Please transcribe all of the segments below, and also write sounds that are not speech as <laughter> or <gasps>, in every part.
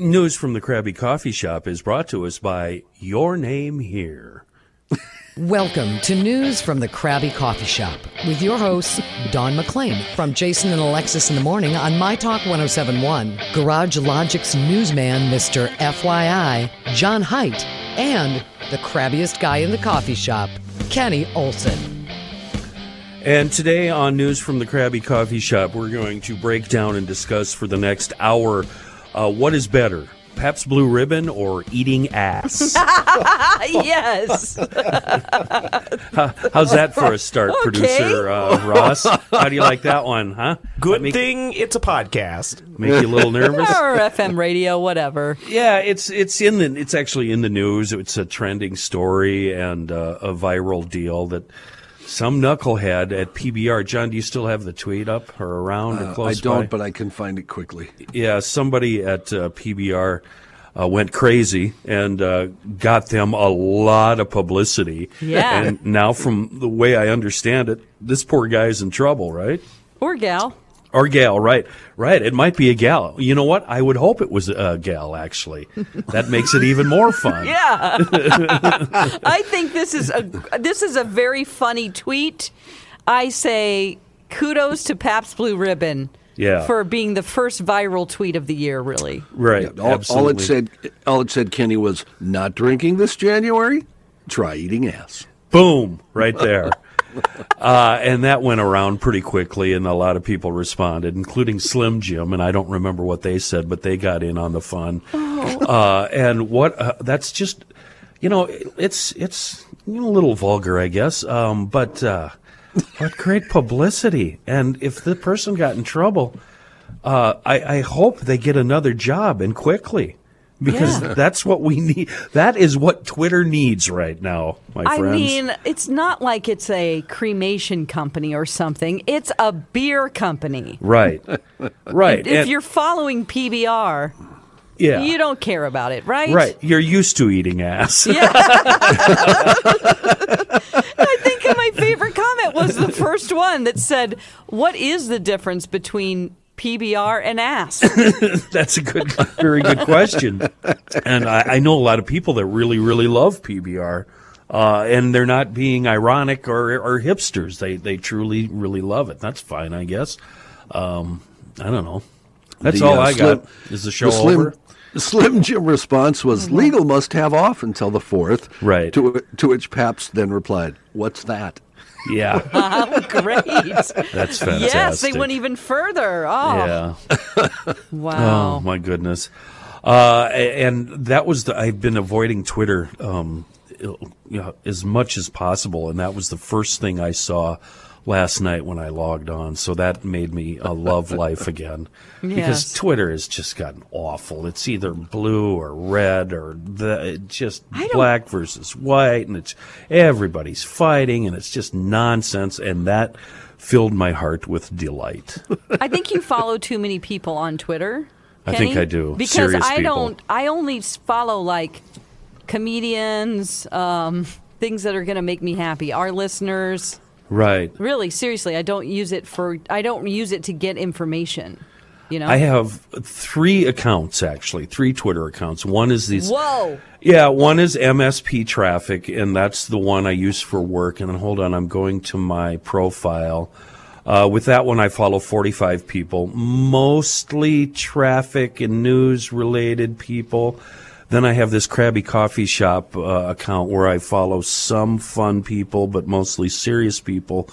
News from the Krabby Coffee Shop is brought to us by Your Name Here. Welcome to News from the Krabby Coffee Shop with your hosts, Don McClain from Jason and Alexis in the Morning on My Talk 1071, Garage Logic's newsman, Mr. FYI, John Height, and the crabbiest guy in the coffee shop, Kenny Olson. And today on News from the Krabby Coffee Shop, we're going to break down and discuss for the next hour uh, what is better, Pabst Blue Ribbon or eating ass? <laughs> yes. How's that for a start, producer uh, Ross? How do you like that one, huh? Good make, thing it's a podcast. make you a little <laughs> nervous? or FM radio, whatever. Yeah, it's it's in the it's actually in the news. It's a trending story and uh, a viral deal that some knucklehead at PBR. John, do you still have the tweet up or around or Uh, I close? don't, by? but I can find it quickly. yeah, somebody at uh, PBR uh, went crazy and uh, got them a lot of publicity. Yeah. and now from the way I understand it, this poor guy's in trouble, right? Or gal. Or gal, right? Right. It might be a gal. You know what? I would hope it was a gal. Actually, that makes it even more fun. <laughs> Yeah. I think this is a this is a very funny tweet. I say kudos to Paps Blue Ribbon Yeah. for being the first viral tweet of the year, really. Right. All, all absolutely. it said, all it said, Kenny was not drinking this January. Try eating ass. Boom. Right there. <laughs> uh, and that went around pretty quickly, and a lot of people responded, including Slim Jim. And I don't remember what they said, but they got in on the fun. Oh. Uh, and what? Uh, that's just, you know, it's it's you know, a little vulgar, I guess. Um, but uh, what great publicity! And if the person got in trouble. uh, I, I hope they get another job and quickly because Yeah. that's what we need. That is what Twitter needs right now, my I friends. mean, it's not like it's a cremation company or something. It's a beer company. right, right. <laughs> If And- you're following PBR, yeah, you don't care about it, right? right. You're used to eating ass. Yeah. I think my favorite comment was the first one that said, "What is the difference between PBR and ass?" <laughs> <laughs> That's a good, very good question. And I, I know a lot of people that really, really love PBR. Uh, and they're not being ironic or, or hipsters. They they truly really love it. That's fine, I guess. Um, I don't know. That's The, all uh, I Slim- got. Is the show Slim, over? the Slim Jim response was legal must have off until the fourth. Right. To, whi- to which Paps then replied, "What's that?" Yeah, <laughs> Oh, great! that's fantastic. Yes, they went even further. Oh, Yeah. wow! Oh my goodness. Uh, a- and that was the I've been avoiding Twitter um, you know, as much as possible, and that was the first thing I saw last night when I logged on. So that made me uh, <laughs> love life again Yes. because Twitter has just gotten awful. It's either blue or red or the it just don't- black versus white, and it's everybody's fighting, and it's just nonsense. And that filled my heart with <laughs> delight. I think you follow too many people on Twitter. I think Kenny, I do. because Serious I people. don't. I only s- follow like comedians, um, things that are going to make me happy. Our listeners. Right. Really, seriously, I don't use it for. I don't use it to get information. You know. I have three accounts actually, three Twitter accounts. One is these. Whoa. Yeah, one is MSP Traffic, and that's the one I use for work. And then hold on, I'm going to my profile. Uh, with that one, I follow 45 people, mostly traffic and news related people. Then I have this Krabby Coffee Shop uh, account where I follow some fun people, but mostly serious people.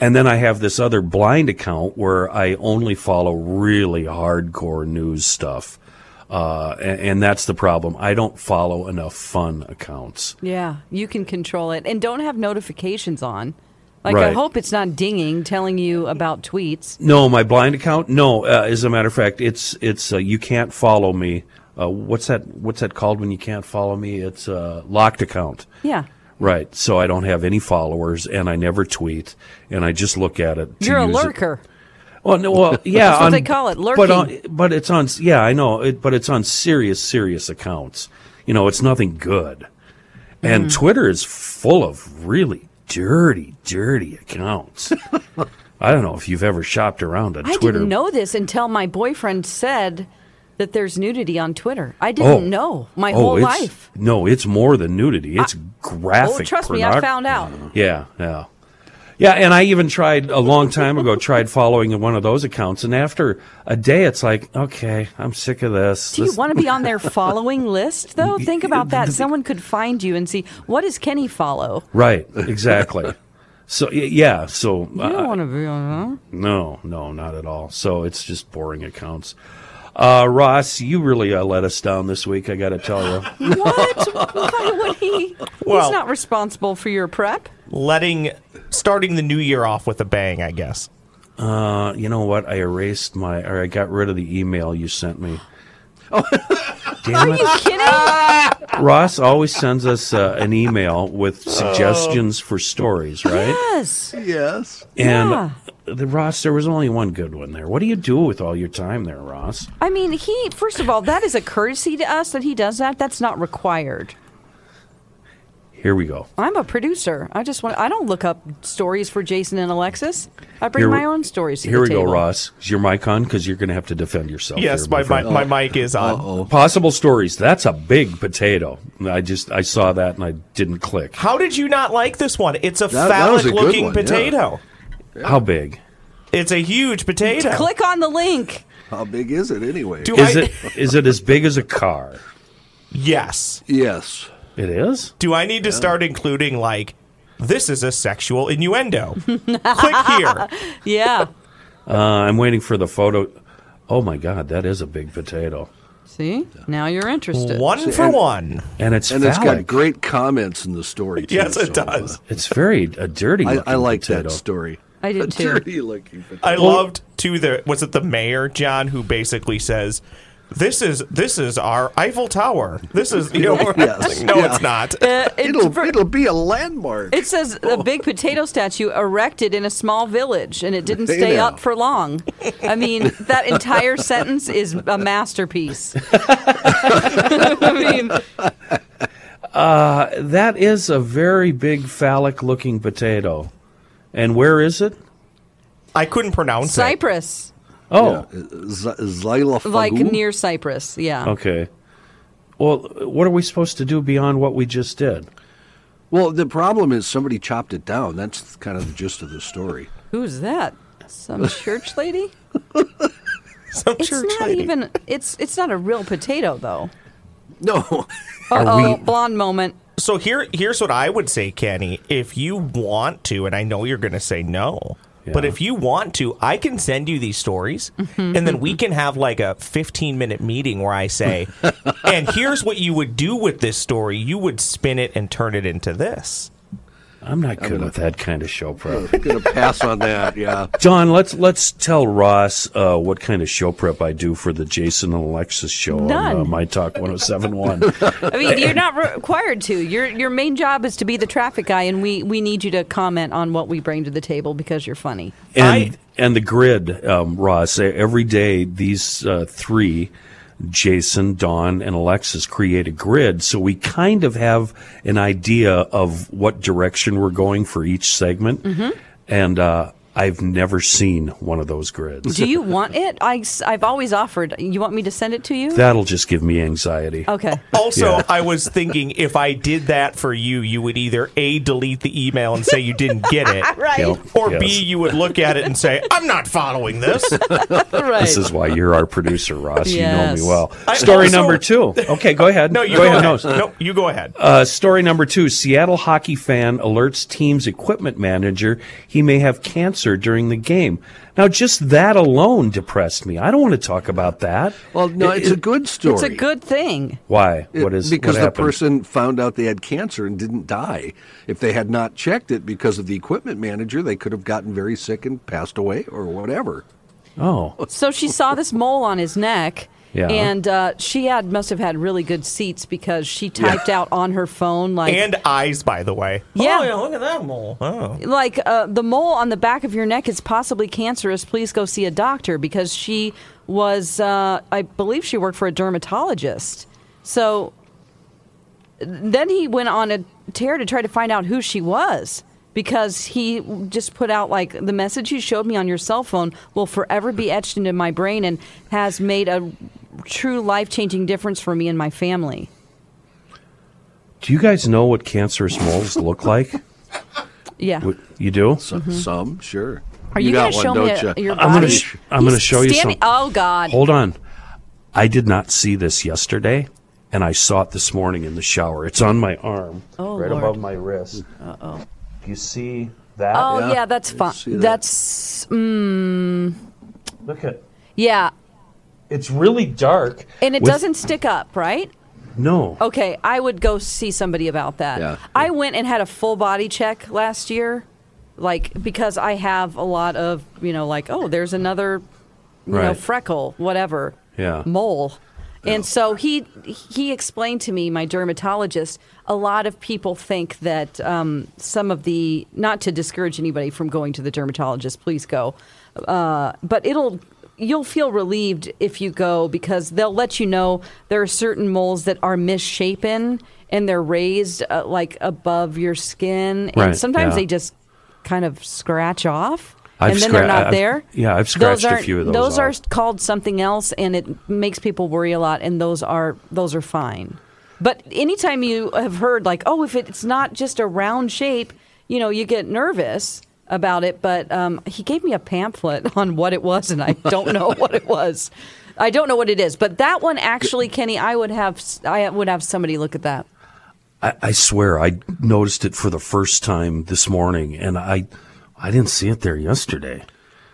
And then I have this other blind account where I only follow really hardcore news stuff. Uh, and, and that's the problem. I don't follow enough fun accounts. Yeah, you can control it and don't have notifications on. Like I Right. hope it's not dinging telling you about tweets. No, my blind account. No, uh, as a matter of fact, it's it's uh, you can't follow me. Uh, what's that? What's that called when you can't follow me? It's a locked account. Yeah. Right. So I don't have any followers, and I never tweet, and I just look at it. to You're a use it- lurker. Well, no, <laughs> well, yeah, That's what they call it, But on, but it's on. Yeah, I know. It, but it's on serious, serious accounts. You know, it's nothing good. And Mm-hmm. Twitter is full of really dirty, dirty <laughs> accounts. I don't know if you've ever shopped around on I Twitter. didn't know this until my boyfriend said that there's nudity on Twitter. I didn't know my Oh, whole it's- life. No, it's more than nudity. It's graphic. Oh, trust me, I pornog- found out. Yeah, yeah. Yeah, and I even tried a long time ago, tried following one of those accounts. And after a day, it's like, okay, I'm sick of this. Do you This- want to <laughs> be on their following list, though? Think about that. Someone could find you and see what does Kenny follow. <laughs> right, exactly. so, y- yeah, so. uh, You don't want to be on No, no, not at all. So it's just boring accounts. Uh, Ross, you really uh, let us down this week, I got to tell <laughs> you. that. What? Why would he? Well- He's not responsible for your prep. Letting starting the new year off with a bang, I guess. Uh, you know what? I erased my, or I got rid of the email you sent me. Oh. <laughs> Damn Are it. you kidding? Ross always sends us uh, an email with Oh. suggestions for stories, right? yes. Yes. And Yeah. the Ross, there was only one good one there. What do you do with all your time there, Ross? I mean, he, first of all, that is a courtesy to us that he does that. That's not required. Here we go. I'm a producer. I just want, I don't look up stories for Jason and Alexis. I bring Here we- my own stories to Here the we go, table. Ross. Is your mic on? Because you're going to have to defend Oh, yourself. Yes, here, my my, friend. my mic is on. Possible stories. That's a big potato. I just I saw that and I didn't click. How did you not like this one? It's a That- that was a good phallic-looking one, yeah. potato. How big It's a huge potato. Click on the link. How big is it anyway? Do is I, it? Is it as big as a car? Yes. yes. It is. Do I need to start including like this is a sexual innuendo? Click here. Yeah. Uh, I'm waiting for the photo. Oh my God, that is a big potato, See? Now you're interested. One for one. and it's And phallic. it's got great comments in the story. Too, Yes, it so, uh, does. It's very a dirty. I, I looking like potato. that story. I did A <laughs> too. dirty looking potato. I loved to the was it the mayor John who basically says this is this is our Eiffel Tower. This is you know <laughs> Yes. <laughs> no Yeah. it's not. <laughs> Uh, it's it'll ver- it'll be a landmark. It says a big potato statue erected in a small village, and it didn't Hey stay now. up for long. I mean, that entire sentence is a masterpiece. <laughs> I mean, That is a very big phallic looking potato. And where is it? I couldn't pronounce it. Cyprus, Oh, Z- xylophagus. like near Cyprus. Yeah. okay. Well, what are we supposed to do beyond what we just did? Well, the problem is somebody chopped it down. That's kind of the gist of the story. Who's that? Some church lady? Some It's church not lady. even. It's it's not a real potato though. No, Uh oh, blonde moment. So here here's what I would say, Kenny. If you want to, and I know you're gonna say no. But Yeah. if you want to, I can send you these stories, and then we can have like a 15 minute meeting where <laughs> I say, and here's what you would do with this story. You would spin it and turn it into this. I'm not good at that kind of show prep. I'm gonna pass on that. Yeah, John, let's let's tell Ross uh, what kind of show prep I do for the Jason and Alexis show on uh, None. My Talk 1071. I mean, you're not required to. Your your main job is to be the traffic guy, and we we need you to comment on what we bring to the table because you're funny. and and the grid, um, Ross. e- Every day, these uh, three, Jason, Don, and Alexis, create a grid, so we kind of have an idea of what direction we're going for each segment. And uh, I've never seen one of those grids. Do you want it? I, have always offered. You want me to send it to you? That'll just give me anxiety. okay. Also, Yeah. I was thinking if I did that for you, you would either A, delete the email and say you didn't get it, <laughs> Right. Yep. or B, Yes. you would look at it and say, I'm not following this. Right. <laughs> This is why you're our producer, Ross. Yes. You know me well. I story also- number two. Okay, go ahead. No, you go go, ahead. ahead. No, No, you go ahead. Uh, story number two Seattle hockey fan alerts team's equipment manager he may have cancer during the game. Now, just that alone depressed me. I don't want to talk about that. Well, no, it's a good story. It's a good thing. Why? what It- is because what the happened? person found out they had cancer and didn't die. If they had not checked it because of the equipment manager, they could have gotten very sick and passed away or whatever. Oh, So she saw this mole on his neck. Yeah. And uh, she had must have had really good seats because she typed out on her phone like and eyes, by the way. Yeah. Oh, look at that mole. Oh. like uh, the mole on the back of your neck is possibly cancerous. Please go see a doctor because she was, uh, I believe, she worked for a dermatologist. So then he went on a tear to try to find out who she was because he just put out like the message you showed me on your cell phone will forever be etched into my brain and has made a true life changing difference for me and my family. do you guys know what cancerous moles look like? <laughs> Yeah. What- You do? So, Some, sure. Mm-hmm. Are you, got going to show one, me don't a- you? your body? I'm gonna sh- I'm gonna He's show you standing- something. Oh God! Hold on. I did not see this yesterday, and I saw it this morning in the shower. It's on my arm, Oh, right Lord. above my wrist. Uh oh. You see that? Oh yeah, Yeah. that's fine. see that. That's mm, Look at. yeah, It's really dark. and it With- doesn't stick up, right? No. Okay, I would go see somebody about that. Yeah. I went and had a full body check last year, like because I have a lot of you know, like oh, there's another you know Right. freckle, whatever, Yeah. mole. And so he he explained to me, my dermatologist. A lot of people think that um, some of the not to discourage anybody from going to the dermatologist, please go, uh, but it'll you'll feel relieved if you go because they'll let you know there are certain moles that are misshapen and they're raised uh, like above your skin, and Right, sometimes yeah. they just kind of scratch off. I've and then they're scra- not I've- there. yeah, I've Those scratched a aren't- few of those Those are off. called something else, and it makes people worry a lot. And those are those are fine. But anytime you have heard like, oh, if it's not just a round shape, you know, you get nervous about it. But um, he gave me a pamphlet <laughs> on what it was, and I don't know what it was. I don't know what it is, but that one actually, Kenny, I would have s- I would have somebody look at that. I, I swear, I noticed it for the first time this morning, and I, I didn't see it there yesterday.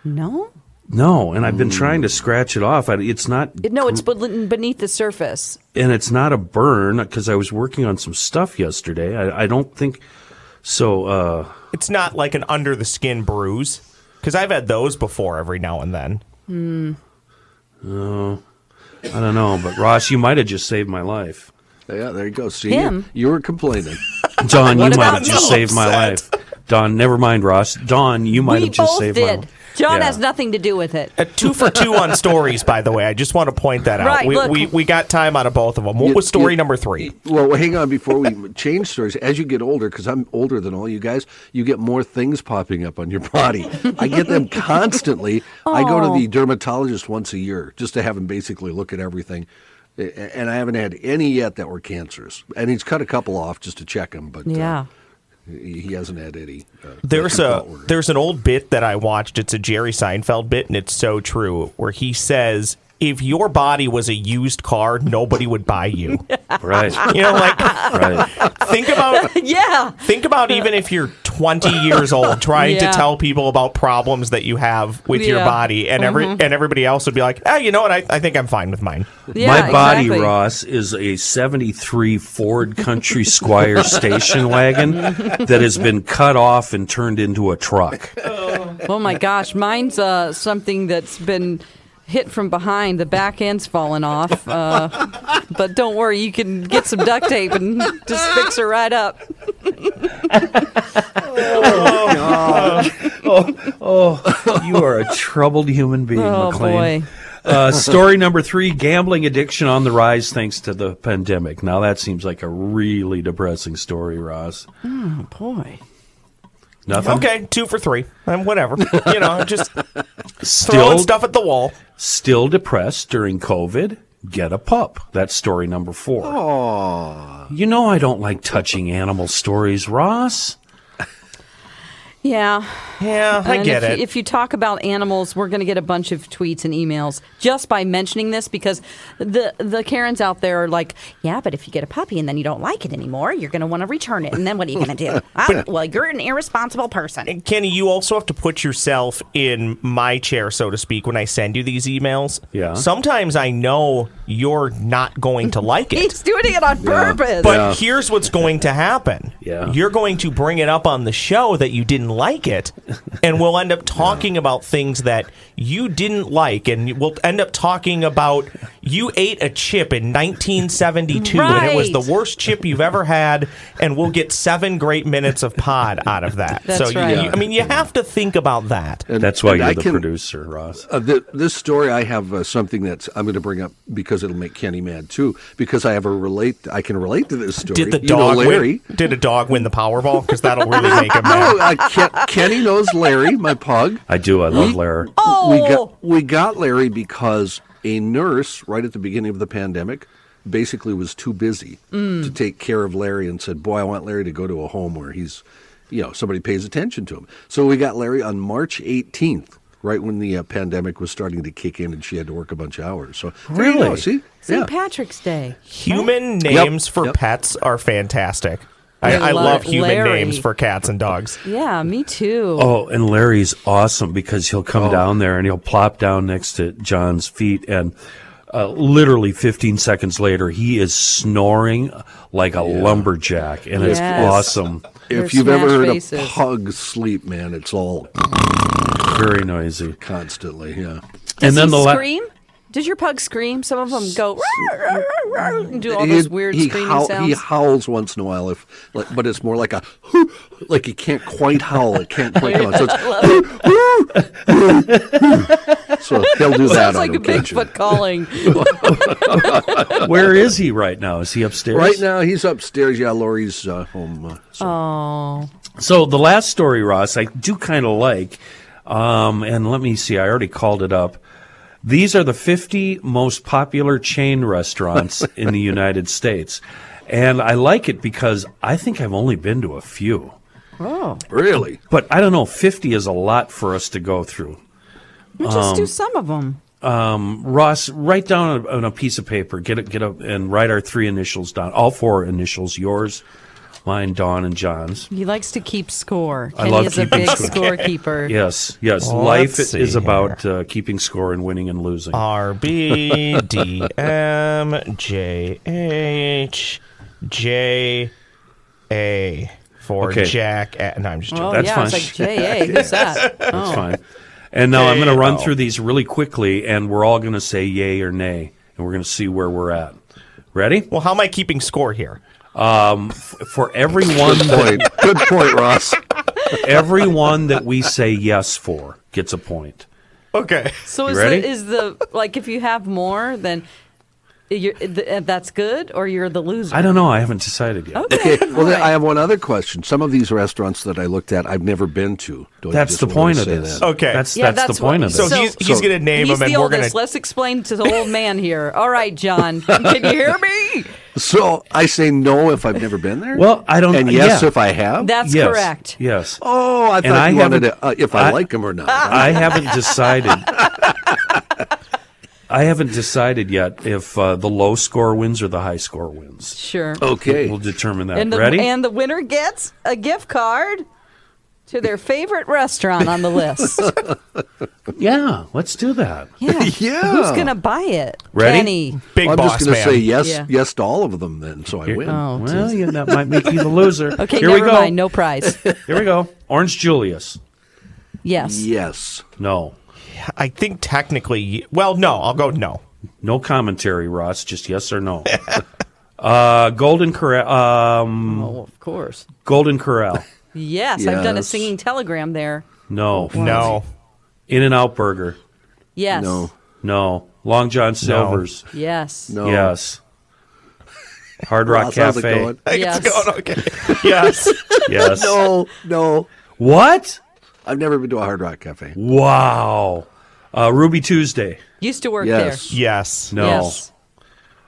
No, No, and I've Hmm. been trying to scratch it off. I, it's not It- no, it's bel- beneath the surface. and it's not a burn because I was working on some stuff yesterday. I, I don't think so. Uh, It's not like an under the skin bruise, because I've had those before every now and then. I don't know, but Ross, you might have just saved my life. Yeah, there you go. See, Him. you, you were complaining. Don, you might What about have just me? saved my life. Don, never mind, Ross. Don, you might we have just both saved my did. life. John Yeah. has nothing to do with it. A Uh, two for <laughs> two on stories, by the way. I just want to point that out. Right, we, look. we we got time out of both of them. What You- was story you- number three? Well, hang on before we <laughs> change stories. As you get older, because I'm older than all you guys, you get more things popping up on your <laughs> body. I get them constantly. I go to the dermatologist once a year just to have him basically look at everything. A- And I haven't had any yet that were cancerous. And he's cut a couple off just to check them, but uh, Yeah. he he hasn't had any. Uh, There's that a come outward. there's an old bit that I watched. It's a Jerry Seinfeld bit, and it's so true. Where he says, "If your body was a used car, nobody would buy <laughs> you." Right, You know, like right. think about <laughs> Yeah. think about even if you're 20 years old trying Yeah. to tell people about problems that you have with your Yeah. Mm-hmm. body, and every and everybody else would be like, "Ah, you know what? I, I think I'm fine with mine." Yeah, my body, exactly. Ross, is a 73 Ford Country Squire station wagon that has been cut off and turned into a truck. Oh my gosh, mine's uh, something that's been hit from behind. The back end's fallen off, uh, but don't worry, you can get some duct tape and just fix her right up. Oh, You are a troubled human being, Oh, McLean. boy. Uh, story number three gambling addiction on the rise thanks to the pandemic. Now, that seems like a really depressing story, Ross. Boy, Nothing. Okay, two for three. And whatever. You know, <laughs> just throwing Still, stuff at the wall. still depressed during COVID. Get a pup. That's story number four. You know I don't like touching animal stories, Ross. Yeah. Yeah, I And get if it. You, if you talk about animals, we're going to get a bunch of tweets and emails just by mentioning this because the the Karens out there are like, yeah, but if you get a puppy and then you don't like it anymore, you're going to want to return it, and then what are you going to <laughs> do? I, well, you're an irresponsible person. Kenny, you also have to put yourself in my chair, so to speak, when I send you these emails. Yeah. Sometimes I know you're not going to like it. <laughs> He's doing it on purpose. But here's what's going to happen. Yeah. You're going to bring it up on the show that you didn't like <laughs> it, and we'll end up talking about things that you didn't like, and we'll end up talking about you ate a chip in 1972, and it was the Right. worst chip you've ever had, and we'll get seven great minutes of pod out of that. That's so, you- right. you, I mean, you have to think about that. That's why and you're I the can- producer, Ross. Uh, th- this story, I have uh, something that's I'm going to bring up because it'll make Kenny mad too. Because I have a relate, I can relate to this story. Did the You know dog Larry? win? Did a dog win the Powerball? Because that'll <laughs> really make him mad. No, uh, Ken- Kenny knows Larry, my pug. I do. I love Larry. We got we got Larry because a nurse right at the beginning of the pandemic basically was too busy to take care of Larry and said, "Boy, I want Larry to go to a home where he's, you know, somebody pays attention to him." So we got Larry on March 18th, right when the uh, pandemic was starting to kick in, and she had to work a bunch of hours. So there you go, Really? see, St. yeah. Patrick's Day. Human names for Yep. pets are fantastic. I, Yeah, I La- love human Larry. names for cats and dogs. Yeah, me too. Oh, and Larry's awesome because he'll Oh. come down there and he'll plop down next to John's feet and uh, literally 15 seconds later he is snoring like a lumberjack and it's Yes. awesome. Your If you've ever smash heard faces. a pug sleep, man, it's all Very noisy. constantly. Yeah, Does and then he the la- scream? Does your pug scream? Some of them go "Rawr, rawr, rawr," and do all He- those weird he screaming howl- sounds. He howls once in a while, if like, but it's more like a like he can't quite howl. It can't quite come out. So, <laughs> it's, so he'll do that Sounds on like a occasion. Bigfoot <laughs> calling. Where is he right now? Is he upstairs? Right now, he's upstairs. Yeah, Lori's uh, home. Uh, so. So the last story, Ross, I do kind of like. Um, and let me see, I already called it up. These are the 50 most popular chain <laughs> restaurants in the United States. And I like it because I think I've only been to a few. Really? But I don't know, 50 is a lot for us to go through. Just Um, do some of them. Ross, write down on a piece of paper, get it, get up, and write our three initials down, all four initials, yours, mine, Dawn, and John's. He likes to keep score. I Kenny love is a keeping big score. scorekeeper. Yes, yes. Let's Life see is here. about uh, keeping score and winning and losing. R B D M J H J A for Okay. Jack. A- no, I'm just joking. Oh That's yeah, it's fine. like J A. <laughs> Who's that? Oh. That's fine. And now I'm going to run through these really quickly, and we're all going to say yay or nay, and we're going to see where we're at. Ready? Well, how am I keeping score here? For everyone, <laughs> Point. Good point, <laughs> Ross. everyone that we say yes for gets a point. Okay. So You is ready? the, is the like if you have more then you're th- that's good or you're the loser. I don't know. I haven't decided yet. Okay. Okay. <laughs> Well, then All I right. have one other question. Some of these restaurants that I looked at, I've never been to. Do I That's just the want point to of say this. that? Okay. That's Yeah, that's, that's the point what- of So, this. So- he's he's so- gonna name He's him, and the we're oldest. gonna. Let's explain to the old man here. All right, <laughs> John. Can you hear me? So I say no if I've never been there. Well, I don't- And yes yeah. if I have. That's yes, correct. Yes. Oh, I thought I you wanted haven't- to, uh, if I, I- like him or not. I haven't decided. I haven't decided yet if uh, the low score wins or the high score wins. Sure. okay. <laughs> We'll determine that. and the Oh, Ready? and the winner gets a gift card to their favorite restaurant on <laughs> the list. yeah, let's do that. Yeah. Yeah. <laughs> Who's gonna buy it? Ready? Kenny. Big Well, I'm boss just going to man. say yes, Yeah. yes to all of them then, so I win. well, yeah, that might make you the loser. Oh, <laughs> Okay, Here never we go. mind. No <laughs> prize. Here we go. Orange Julius. Yes. Yes. No. I think technically, well, no, I'll go no. No commentary, Ross. Just yes or no. uh, Golden Corral. Um, Oh, of course. Golden Corral. Yes, I've done a Yes. singing telegram there. No. No. In and Out Burger. Yes. No. No. Long John Silver's. Yes. No. Yes. Hard Rock Ross, how's it Cafe. going? <laughs> Yes. It's going okay. Yes. Yes. Oh, No, no. What? I've never been to a Hard Rock Cafe. Wow. Uh, Ruby Tuesday. Used to <laughs> work Yes. Yes. there. No. Yes.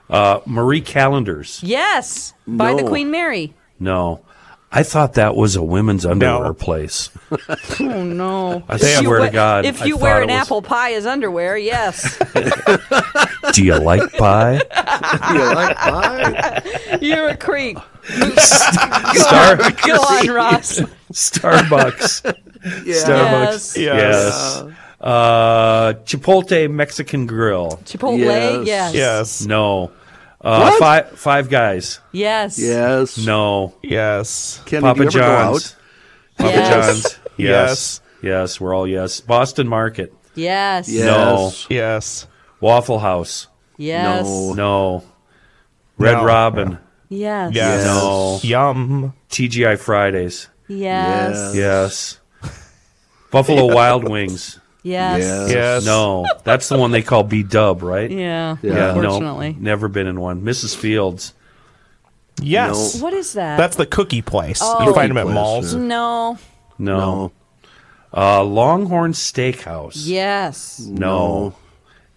Uh, Marie Callender's. Yes. By the No. Queen Mary. No. I thought that was a women's underwear place. Oh <laughs> no. I swear to God, If I you thought wear it an was- apple pie as underwear, yes. Do you like <laughs> pie? Yeah, like, I- You're <laughs> a creep. Star- <laughs> Go on, Ross. <laughs> Starbucks. yeah. Starbucks. <laughs> Yes. Yes. Uh, Chipotle Mexican Grill. Chipotle, Yes. yes. Yes. No. Uh, five Five Guys. Yes. Yes. No. Yes. Kenny, do Papa you ever John's. Go out? Papa Yes. John's. Yes. yes. We're all yes. Boston Market. Yes. Yes. Yes. Waffle House. Yes. No. No. Red No. Robin. Yes. Yes. No. Yum. TGI Fridays. Yes. Yes. <laughs> Buffalo Wild Wings. Yes. Yes. Yes. No. That's the one they call B Dub, right? Yeah. Yeah. Unfortunately. no. Never been in one. Mrs. Fields. Yes. What is that? That's the cookie place. You Oh. find them at Cookie place, malls. yeah. no. No. No. Uh, Longhorn Steakhouse. Yes. No.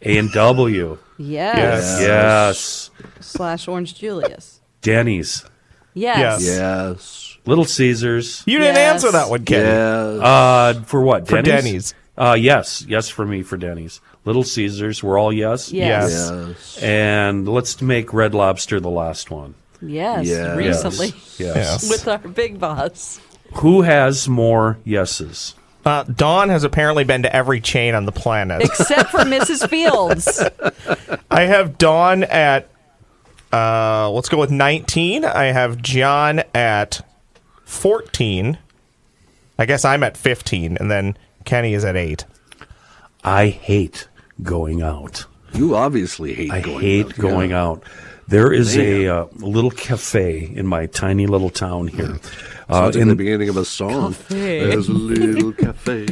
A and W. Yes. Yes. Yes. Slash Orange Julius. Denny's. Yes. Yes. Yes. Little Caesars. You didn't Yes. answer that one, Kenny. Yes. Uh, for what? For Denny's. Denny's. Uh, yes, yes for me for Denny's. Little Caesars. We're all yes. Yes. Yes. Yes. And let's make Red Lobster the last one. Yes. Yes. Recently. Yes. Yes. <laughs> With our <laughs> big boss. Who has more yeses? Uh, Dawn has apparently been to every chain on the planet. Except for Mrs. Fields. I have Dawn at, uh, let's go with 19. I have John at 14. I guess I'm at 15, and then Kenny is at 8. I hate going out. You obviously hate I going hate out. going yeah. out. There is a uh, little cafe in my tiny little town here. Uh, Sounds like in, the beginning of a song. There's a <laughs> little cafe.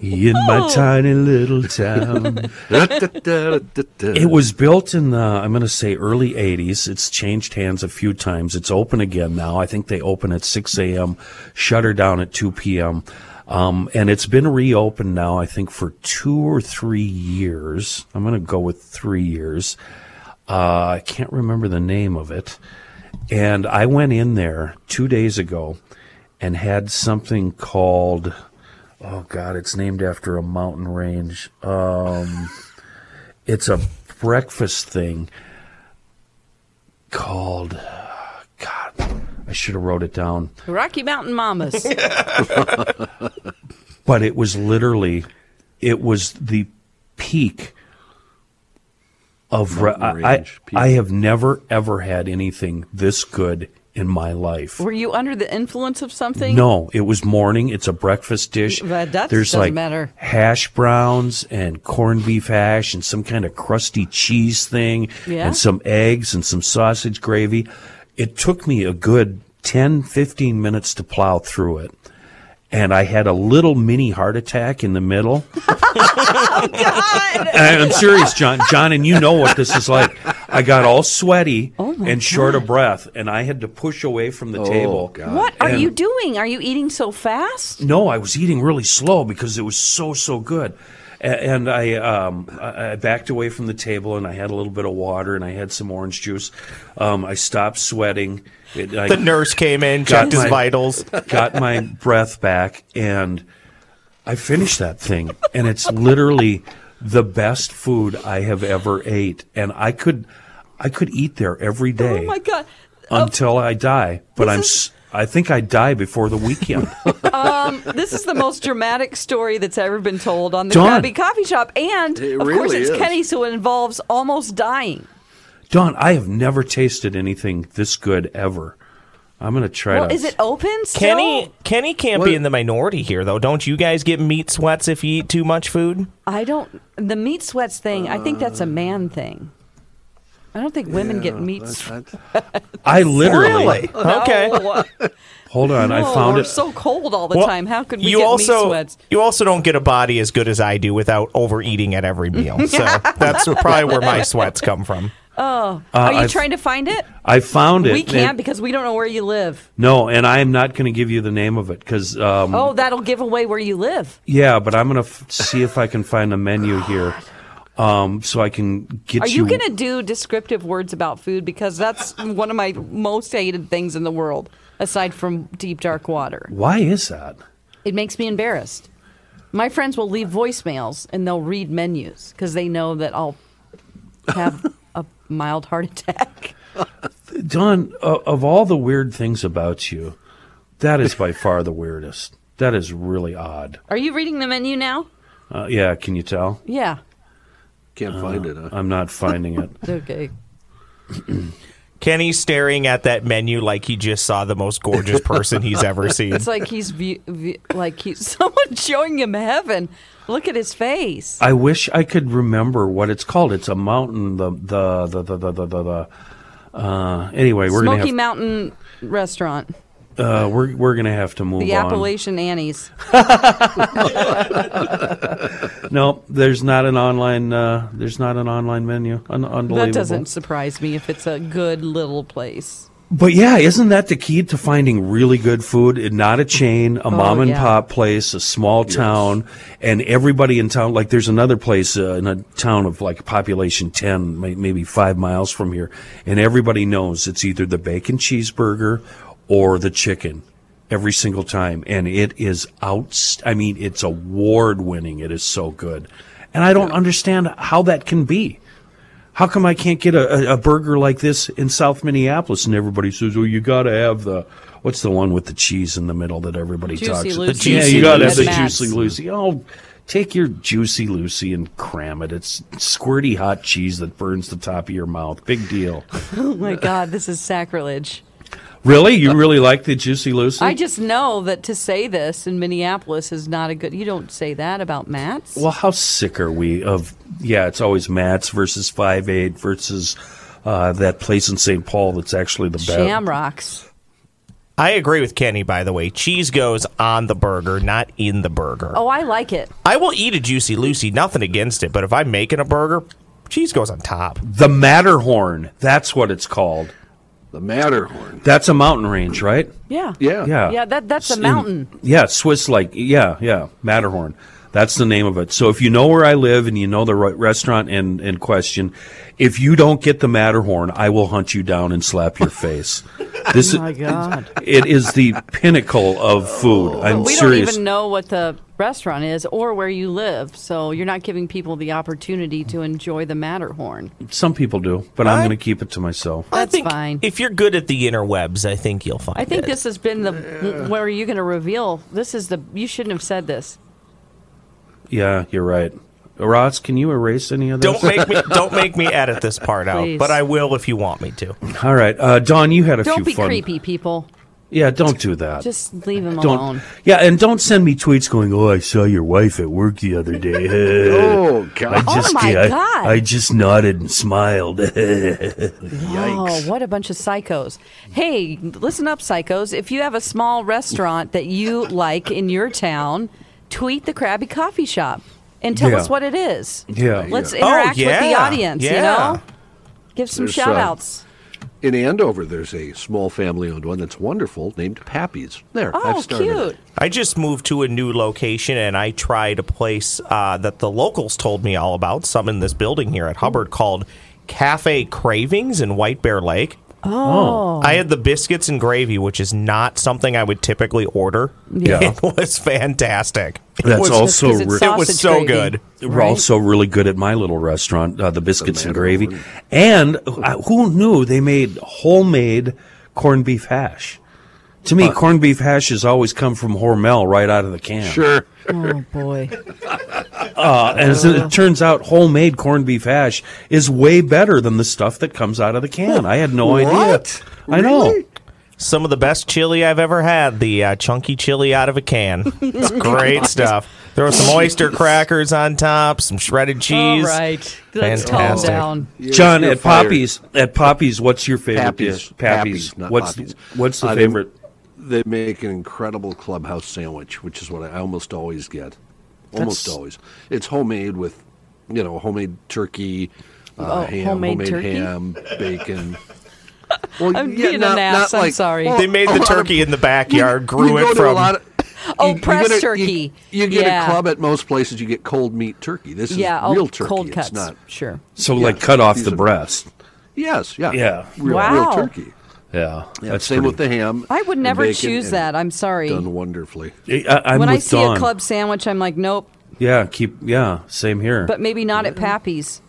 in my tiny little town. It it was built in the, I'm going to say early 80s. It's changed hands a few times. It's open again now. I think they open at 6 a.m., shutter down at 2 p.m. Um, and it's been reopened now, I think, for two or three years. I'm going to go with three years. Uh, I can't remember the name of it. And I went in there two days ago and had something called, oh God, it's named after a mountain range. Um, it's a breakfast thing called, God, I should have wrote it down. Rocky <laughs> Mountain Mamas. But it was literally, it was the peak of, re- Mountain I, range peak. I, I have never ever had anything this good in my life. Were you under the influence of something? No, it was morning. It's a breakfast dish. But that There's doesn't like matter. hash browns and corned beef hash and some kind of crusty cheese thing Yeah. and some eggs and some sausage gravy. It took me a good 10, 15 minutes to plow through it. And I had a little mini heart attack in the middle. <laughs> God! And I'm serious, John. John, and you know what this is like. I got all sweaty Oh and short of breath, and I had to push away from the table. What are And- you doing? Are you eating so fast? No, I was eating really slow because it was so so good, A- and I um, I I backed away from the table and I had a little bit of water and I had some orange juice. Um, I stopped sweating. It, I The nurse came in, checked his my- <laughs> vitals. got my breath back and I finished that thing, and it's literally the best food I have ever ate, and I could I could eat there every day Oh my god. until I die. But This I'm is- s- I think I die before the weekend. This is the most dramatic story that's ever been told on the Dawn. Krabby Coffee Shop. And It of course really it's is. Kenny, so it involves almost dying. Don, I have never tasted anything this good ever. I'm gonna try Well, to. is it open still? Kenny, Kenny can't be What? in the minority here, though. Don't you guys get meat sweats if you eat too much food? I don't the meat sweats thing, I think that's a man thing. I don't think women get <laughs> meat sweats. I literally. Really? Okay. Oh, No. Hold on, I No, found we're it. so cold all the Well, time. How could we you get also, meat sweats? You also don't get a body <laughs> as good as uh, I do without overeating at every meal. So that's probably where my sweats come from. Oh, are you Uh, I've- trying to find it? I found it. We can't and- because we don't know where you live. no, and I am not going to give you the name of it because um, Oh, that'll give away where you live. yeah, but I'm going to f- see if I can find a menu here, um, so I can get Are you. you going to do descriptive words about food? Because that's one of my most hated things in the world, aside from deep, dark water. Why is that? It makes me embarrassed. My friends will leave voicemails and they'll read menus because they know that I'll <laughs> have a mild heart attack. Don, uh, of all the weird things about you, that is by far the weirdest. That is really odd. Are you reading the menu now? Uh, yeah, can you tell? Yeah. Can't find it. Huh? I'm not finding it. Okay. Kenny's staring at that menu like he just saw the most gorgeous person he's ever seen. <laughs> It's like he's view, view, like he's <laughs> someone showing him heaven. Look at his face. I wish I could remember what it's called. It's a mountain. The the the the the the. the, the uh, anyway, we're Smoky gonna Mountain Restaurant, have, uh, we're we're gonna have to move the on. <laughs> Appalachian Annie's. No, there's not an online. Uh, there's not an online menu. Un- unbelievable. That doesn't surprise me if it's a good little place. But yeah, isn't that the key to finding really good food? And not a chain, a mom and yeah. pop place, a small town, and everybody in town. Like there's another place uh, in a town of like population 10, may- maybe five miles from here. And everybody knows it's either the bacon cheeseburger or the chicken every single time. And it is out. I mean, it's award winning. It is so good. And I don't understand how that can be how come I can't get a, a, a burger like this in South Minneapolis? And everybody says, well, you got to have the, what's the one with the cheese in the middle that everybody Juicy talks Lucy. about? The Yeah, Juicy you got to have Lucy. the Mad Max. Juicy Lucy. Oh, take your Juicy Lucy and cram it. It's squirty hot cheese that burns the top of your mouth. Big deal. Oh <laughs> my God, this is sacrilege. really? You really like the Juicy Lucy? I just know that to say this in Minneapolis is not a good. You don't say that about Matt's. well, how sick are we of, yeah, it's always Matt's versus 5'8 versus uh, that place in St. Paul that's actually the best. Shamrocks. I agree with Kenny, by the way. Cheese goes on the burger, not in the burger. Oh, I like it. I will eat a Juicy Lucy, nothing against it, but if I'm making a burger, cheese goes on top. The Matterhorn. That's what it's called. The Matterhorn. That's a mountain range, right? Yeah. Yeah. Yeah. Yeah, that- that's a In- mountain. yeah, Swiss like yeah, yeah, Matterhorn. That's the name of it. So if you know where I live and you know the right restaurant in, in question, if you don't get the Matterhorn, I will hunt you down and slap your <laughs> face. This Oh my is God. Oh. it is the pinnacle of food. I'm we serious. don't even know what the restaurant is or where you live, so you're not giving people the opportunity to enjoy the Matterhorn. Some people do, but I'm going to keep it to myself. That's I think fine. If you're good at the interwebs, I think you'll find I think it. this has been the where are you going to reveal? This is the you shouldn't have said this. Yeah, you're right. Ross, can you erase any of this? Don't make me don't make me edit this part out, Please. but I will if you want me to. All right, uh, Don, you had a Don't few be fun. creepy, people. Yeah, don't do that. Just leave him don't. alone. Yeah, and don't send me tweets going, "Oh, I saw your wife at work the other day." <laughs> <laughs> Oh uh, I God. just, my I, God. I just nodded and smiled. <laughs> Oh, what a bunch of psychos. Hey, listen up, psychos. If you have a small restaurant that you like in your town, tweet the Krabby Coffee Shop and tell Yeah. us what it is. Yeah. Let's Oh, interact with the yeah. audience, you Yeah. know? Give some There's, uh, shout outs. In Andover, there's a small family-owned one that's wonderful named Pappy's. There, Oh, I've started. it. cute. I just moved to a new location and I tried a place uh, that the locals told me all about, some in this building here at Hubbard called Cafe Cravings in White Bear Lake. oh, I had the biscuits and gravy, which is not something I would typically order. Yeah. <laughs> It was fantastic. It That's was, also- So Because it's ri- it was sausage so gravy. good. we're also really good at my little restaurant, uh, the biscuits and gravy, Matterhorn. and uh, who knew they made homemade corned beef hash. To me, corned beef hash has always come from Hormel right out of the can. <laughs> Sure. Oh, boy. Uh, and as it turns out, homemade corned beef hash is way better than the stuff that comes out of the can. I had no What? idea. I know. Really? Some of the best chili I've ever had, the uh, chunky chili out of a can. It's great stuff. Throw some oyster crackers on top, some shredded All cheese. right. Let's calm Fantastic. down. Yeah, John you're at fired. Poppy's at Poppy's, what's your favorite Pappy's. dish? Pappy's. Pappy's, not what's Poppy's. what's the Uh, they- favorite? They make an incredible clubhouse sandwich, which is what I almost always get. Almost That's- always. It's homemade with, you know, homemade turkey, uh, Oh, ham, homemade homemade turkey? ham, <laughs> bacon. Well, I'm being an ass, I'm sorry. They made a the lot of- turkey in the backyard, You grew go it to a from. lot of- Oh, get pressed a- you- turkey. You, get Yeah. a club at most places. You get cold meat turkey. This is yeah, oh, real turkey. cold it's cuts. not. Sure. So like cut off the breast. Yes. Yeah. Yeah. Real, Wow. real turkey. Yeah, Yeah, same with the ham. I would and never bacon, choose and that. I'm sorry. Done wonderfully. the. Eh, I, I'm when with I see Dawn. a club sandwich, I'm like, nope. Yeah, keep. Yeah, same here. But maybe not at Pappy's.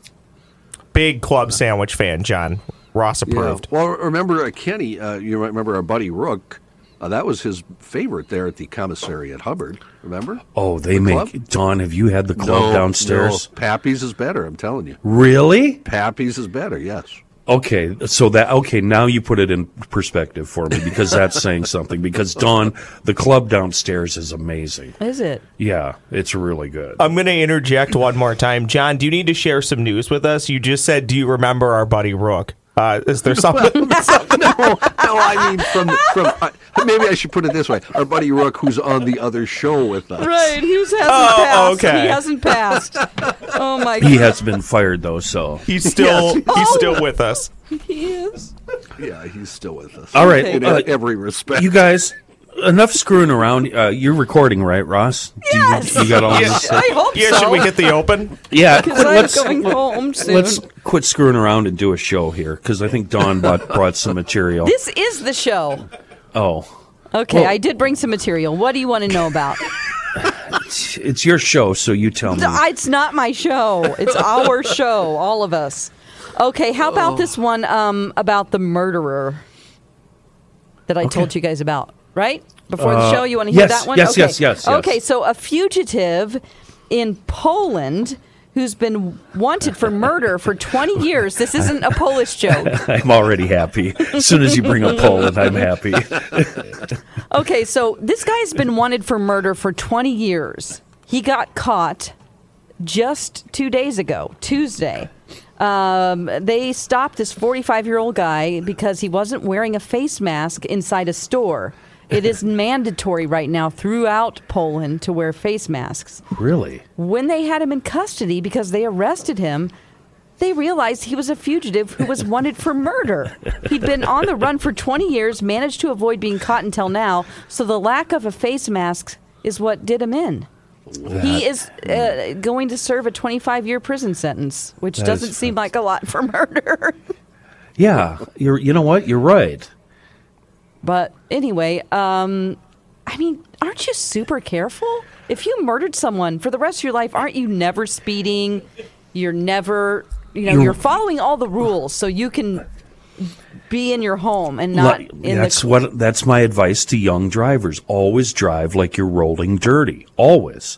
Big club sandwich fan, John. Ross Yeah. approved. Well, remember uh, Kenny? Uh, you might remember our buddy Rook? Uh, that was his favorite there at the commissary at Hubbard. Remember? oh, they The make club? Dawn. Have you had the club No, downstairs? no, Pappy's is better. I'm telling you, Really? Pappy's is better. <laughs> Yes. Okay, so that okay now you put it in perspective for me because that's saying something. Because Dawn, the club downstairs is amazing. Is it? Yeah, it's really good. I'm going to interject one more time. John, do you need to share some news with us? You just said, do you remember our buddy Rook? Uh, is there something? no, no, I mean from from. I maybe I should put it this way: our buddy Rook, who's on the other show with us. Right. He was, hasn't Oh, passed. okay. He hasn't passed. oh my he god. has been fired though, so he's still he's still with us. <laughs> He is. Yeah, he's still with us. All right, in uh, every respect. you guys. Enough screwing around. Uh, you're recording, right, Ross? Do you- Yes. You, got all Yeah. this stuff? I hope Yeah, so. should we hit the open? Yeah. Because quit- I'm let's going home soon. let's quit screwing around and do a show here because I think Dawn brought, brought some material. This is the show. oh, Okay, Well- I did bring some material. What do you want to know about? it's your show, so you tell me. I- It's not my show. <laughs> It's our show, all of us. Okay, how about Oh. this one um, about the murderer that I told you guys about, right? Before the show, you want to hear Uh, yes, that one? yes, okay. yes, yes, yes. Okay, so a fugitive in Poland who's been wanted for murder for 20 years. This isn't a Polish joke. I'm already happy. As soon as you bring up Poland, I'm happy. Okay, so this guy's been wanted for murder for 20 years. He got caught just two days ago, Tuesday. Um, they stopped this 45 year old guy because he wasn't wearing a face mask inside a store. It is mandatory right now throughout Poland to wear face masks. Really? When they had him in custody because they arrested him, they realized he was a fugitive who was wanted for murder. He'd been on the run for 20 years, managed to avoid being caught until now, so the lack of a face mask is what did him in. He is uh, going to serve a 25 year prison sentence, which That is doesn't seem like a lot for murder. Yeah, you're. You know what? You're right. But anyway, um, I mean, aren't you super careful? If you murdered someone for the rest of your life, aren't you never speeding? You're never, you know, You're- you're, following all the rules so you can be in your home and not Like, in that's the. what. That's my advice to young drivers. Always drive like you're rolling dirty. <laughs> Always,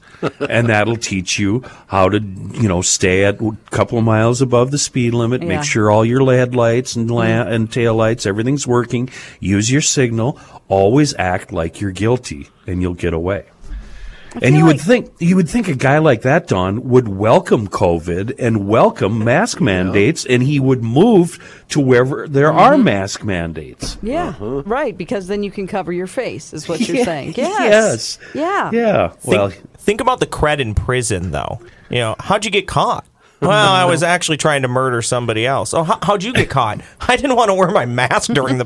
and that'll teach you how to, you know, stay at a couple of miles above the speed limit. Yeah. Mm-hmm. Make sure all your headlights and la- and tail lights, everything's working. Use your signal. Always act like you're guilty, and you'll get away. And you would like- think you would think a guy like that, Don, would welcome COVID and welcome mask mandates, and he would move to wherever there Mm-hmm. are mask mandates. Yeah, right. Because then you can cover your face, is what you're saying. <laughs> Yes. Yes. Yeah. Yeah. Well, think, think about the cred in prison, though. You know, how'd you get caught? Well, I was actually trying to murder somebody else. Oh, how, how'd you get caught? <laughs> I didn't want to wear my mask during the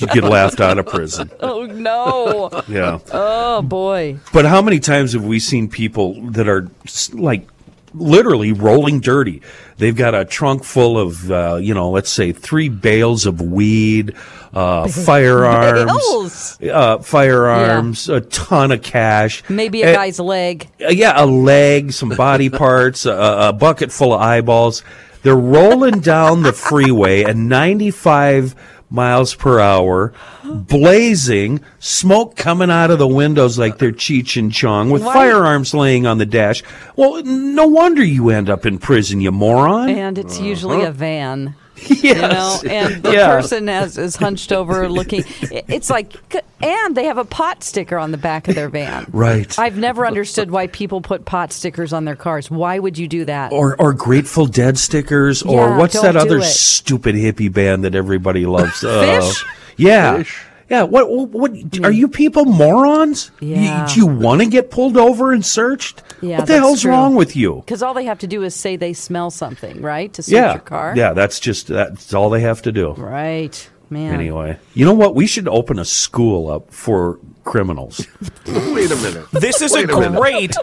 <laughs> you get laughed out of prison. <laughs> Oh no. Yeah. Oh boy. But how many times have we seen people that are s- like literally rolling dirty? They've got a trunk full of, uh, you know, let's say three bales of weed, <laughs> uh, firearms, Bales? Uh, firearms, a ton of cash, Maybe a Eh, guy's leg. uh, yeah, a leg, some body parts, a, a bucket full of eyeballs. They're rolling down the freeway at 95 miles per hour, blazing, smoke coming out of the windows like they're Cheech and Chong, with firearms laying on the dash. Well, no wonder you end up in prison, you moron. and it's usually a van. You know, Uh-huh. <laughs> Yes. and the Yeah. person has, is hunched over looking. i- It's like, c- and they have a pot sticker on the back of their van. <laughs> Right. I've never understood why people put pot stickers on their cars. Why would you do that? or, or Grateful Dead stickers, or Yeah, what's don't that do other it. <laughs> stupid hippie band that everybody loves? Uh, Fish? Mm. yeah. Fish. Yeah. What? What? what- are you people morons? You- Yeah. do you want to get pulled over and searched? Yeah, what the that's hell's true. wrong with you? Because all they have to do is say they smell something, right? To search Yeah. your car. Yeah. That's just that's all they have to do. Right. Man. Anyway, you know what? We should open a school up for <laughs> criminals. Wait a minute. This is a Wait a minute. great.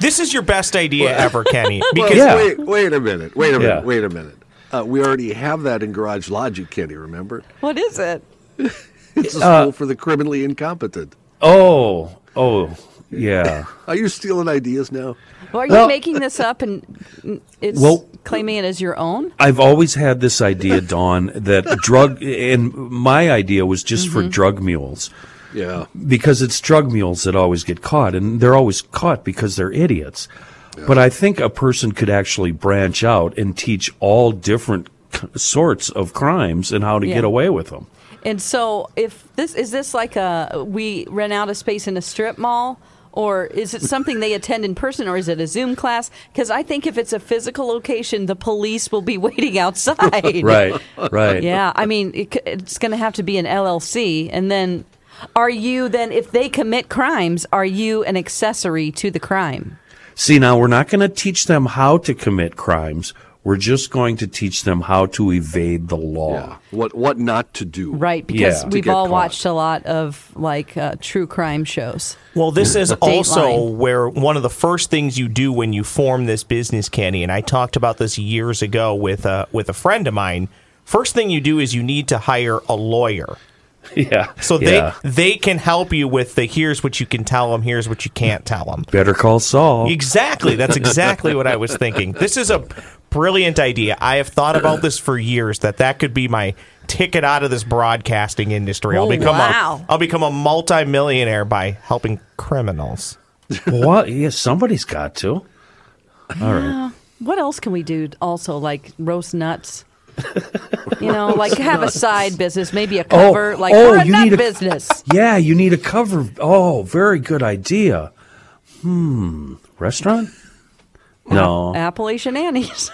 This is your best idea ever, Kenny. Because Yeah. Wait, wait a minute. Wait a minute. Yeah. Wait a minute. Uh, we already have that in Garage Logic, Kenny, remember? What is it? It's a school Uh, for the criminally incompetent. Oh, oh, yeah. Are you stealing ideas now? Well, are you Well- making this up and it's Well- claiming it as your own? I've always had this idea, Dawn, that drug, and my idea was just Mm-hmm. for drug mules Yeah. because it's drug mules that always get caught, and they're always caught because they're idiots. But I think a person could actually branch out and teach all different k- sorts of crimes and how to Yeah. get away with <laughs> them. And so, if this is this like a we rent out a space in a strip mall, or is it something they attend in person, or is it a Zoom class? Because I think if it's a physical location, the police will be <laughs> waiting <laughs> outside. Right, right. Yeah. I mean, it, c- it's going to have to be an LLC, and then are you then if they commit crimes, are you an accessory to the crime? See, now we're not going to teach them how to commit crimes. We're just going to teach them how to evade the law. Yeah. What what not to do. Right. Because Yeah. To we've get all caught. watched a lot of like uh, true crime shows. Well, this is also Dateline. where one of the first things you do when you form this business, Kenny, and I talked about this years ago with a with a friend of mine. First thing you do is you need to hire a lawyer, <laughs> Yeah. so Yeah. they they can help you with the here's what you can tell them, here's what you can't tell them. Better call Saul. Exactly, that's exactly what I was thinking. This is a brilliant idea. I have thought about this for years. That that could be my ticket out of this broadcasting industry. I'll Oh, become wow. a I'll become a multimillionaire by helping criminals. what? Yeah, somebody's got to. What else can we do? Also, like roast nuts. You know, like have a side business, maybe a cover, like oh, we're a you nut need a- business. Yeah, you need a cover. Oh, very good idea. Hmm. Restaurant? No. <laughs> Appalachian Annie's.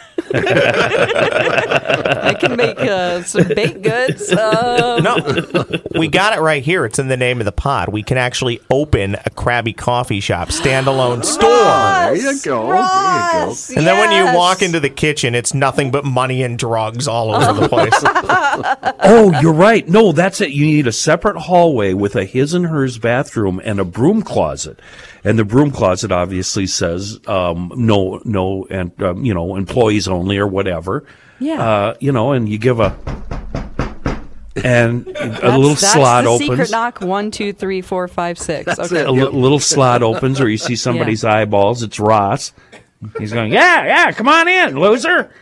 I can make uh, some baked goods. Uh, No, we got it right here. It's in the name of the pod. We can actually open a Krabby Coffee Shop <gasps> standalone store. There you go. There you go. Ross, And then when you yes. walk into the kitchen, it's nothing but money and drugs all over the <laughs> place. <laughs> Oh, you're right. No, that's it. You need a separate hallway with a his and hers bathroom and a broom closet. And the broom closet obviously says um, no, no, and um, you know, employees only or whatever. Yeah. Uh, you know, and you give a and a little that's slot the opens. Secret knock one two three four five six. okay. a li- little slot opens where you see somebody's eyeballs. It's Ross. He's going, yeah, yeah, come on in, loser.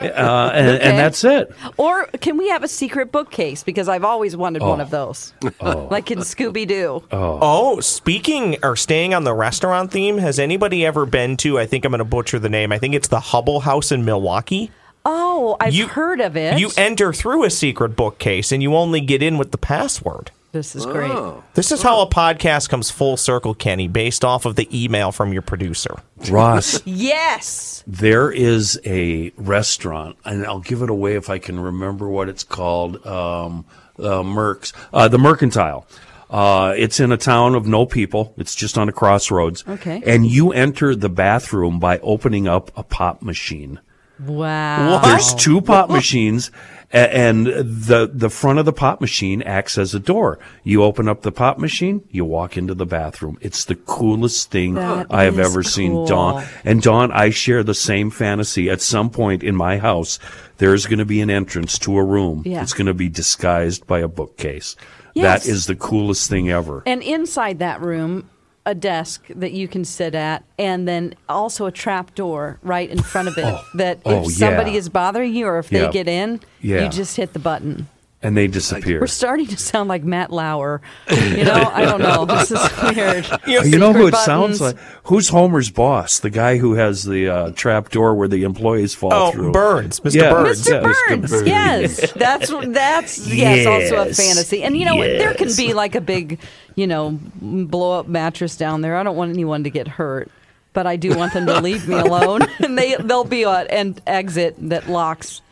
Uh, and, and that's it. Or can we have a secret bookcase? Because I've always wanted one Oh. of those, <laughs> like in Scooby Doo. Oh, speaking or staying on the restaurant theme, has anybody ever been to? I think I'm going to butcher the name. I think it's the Hubble House in Milwaukee. Oh, I've You- heard of it. You enter through a secret bookcase and you only get in with the password. this Oh. is great. This is how a podcast comes full circle, Kenny, based off of the email from your producer. Ross, Yes. there is a restaurant, and I'll give it away if I can remember what it's called. Um, uh, Merck's, uh, the Mercantile. Uh, it's in a town of no people. It's just on a crossroads. Okay. And you enter the bathroom by opening up a pop machine. Wow. There's <laughs> two pop machines, a- and the the front of the pop machine acts as a door. You open up the pop machine, you walk into the bathroom. It's the coolest thing That I have is ever seen, cool. Dawn. And Dawn, I share the same fantasy. At some point in my house, there's going to be an entrance to a room. Yeah. It's going to be disguised by a bookcase. Yes. That is the coolest thing ever. And inside that room, a desk that you can sit at, and then also a trap door right in front of it that oh, if somebody yeah. is bothering you or if Yeah. they get in, Yeah. you just hit the button. And they disappear. We're starting to sound like Matt Lauer. You know, I don't know. This <laughs> is weird. You know who it Secret sounds buttons. like? Who's Homer's boss? The guy who has the uh, trap door where the employees fall Oh, through. Burns, Mr. Yeah. Burns. Mr. Burns, yes, <laughs> that's that's yes, also a Yes. fantasy, and you know what? there can be like a big, you know, blow up mattress down there. I don't want anyone to get hurt, but I do want them to leave <laughs> me alone, and they they'll be on an exit that locks,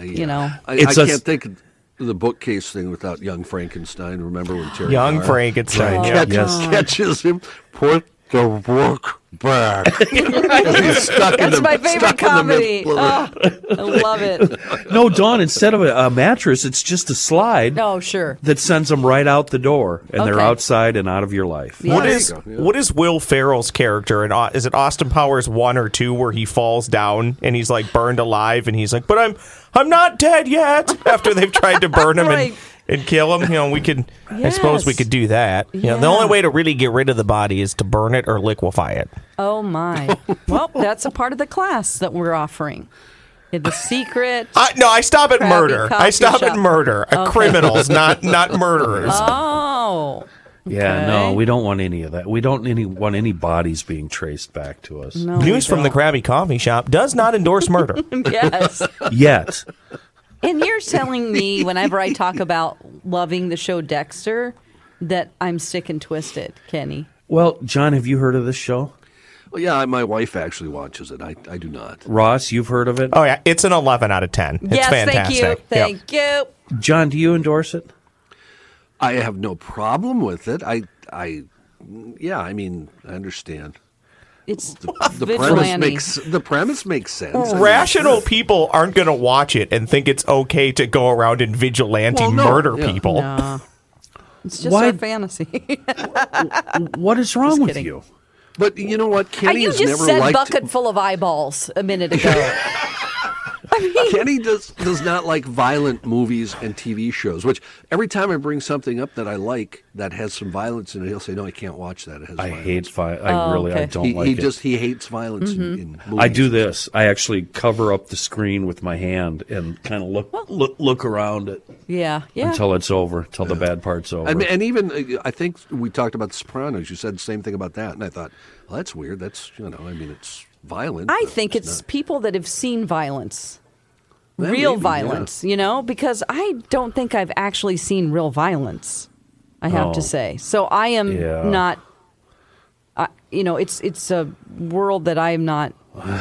you know. I, It's I a- can't think. the bookcase thing without young Frankenstein. Remember when Terry Young Garr Frankenstein. Right, yeah. catches, Oh. Yes. catches him, put the work <laughs> back. As he's stuck in That's the- my stuck favorite in the mid- comedy. Ah, I love <laughs> it. No, Dawn, instead of a, a mattress, it's just a slide No, Oh, sure. that sends them right out the door, and they're Okay. outside and out of your life. Yeah. What There is you go, yeah. what is Will Ferrell's character? And is it Austin Powers one or two where he falls down and he's like burned alive and he's like, "But I'm I'm not dead yet." <laughs> After they've tried to burn him Right. and, and kill him, you know, we could I suppose we Yes. could do that. You know, the Yeah. only way to really get rid of the body is to burn it or liquefy it. Oh my. Well, that's a part of the class that we're offering. <laughs> The secret. I, no, I stop at Crappy murder. I coffee stop shop. at murder. Uh, Criminals, not <laughs> not murderers. Oh. Yeah, no, Okay. we don't want any of that. We don't any want any bodies being traced back to us No, we News from the don't. Krabby Coffee Shop does not endorse murder. <laughs> Yes. <laughs> yet. And you're telling me whenever I talk about loving the show Dexter that I'm sick and twisted, Kenny. Well, John, have you heard of this show? Well, yeah, I- my wife actually watches it. I, I do not. Ross, you've heard of it. Oh yeah, it's an eleven out of ten. It's yes, fantastic. thank you. Yep. Thank you. John, do you endorse it? I have no problem with it. I, I, yeah, I mean, I understand. It's The premise vigilante. makes the premise makes sense. I mean, rational people aren't going to watch it and think it's okay to go around and vigilante Well, no, murder yeah. people. Nah. it's just Why- <laughs> our fantasy. What is wrong with Mm, kidding. you? But you know what? Kenny you has just never said liked. bucket full of eyeballs a <laughs> minute ago. Kenny does does not like violent movies and TV shows. Which every time I bring something up that I like that has some violence in it, he'll say, "No, I can't watch that. It has I violence." hate fi- I really I Oh, okay. don't He, like he it. just he hates violence in, Mm-hmm. in movies. I do this. I actually cover up the screen with my hand and kind of look look look around it yeah, yeah. until it's over, until the bad part's over. And, and even uh, I think we talked about The Sopranos. You said the same thing about that, and I thought, well, that's weird. That's you know, I mean, it's violent. I but think it's people that have seen violence, Well, real maybe, yeah. violence, you know, because I don't think I've actually seen real violence. I have Oh. to say, so I am Yeah. not. I you know, it's it's a world that I am not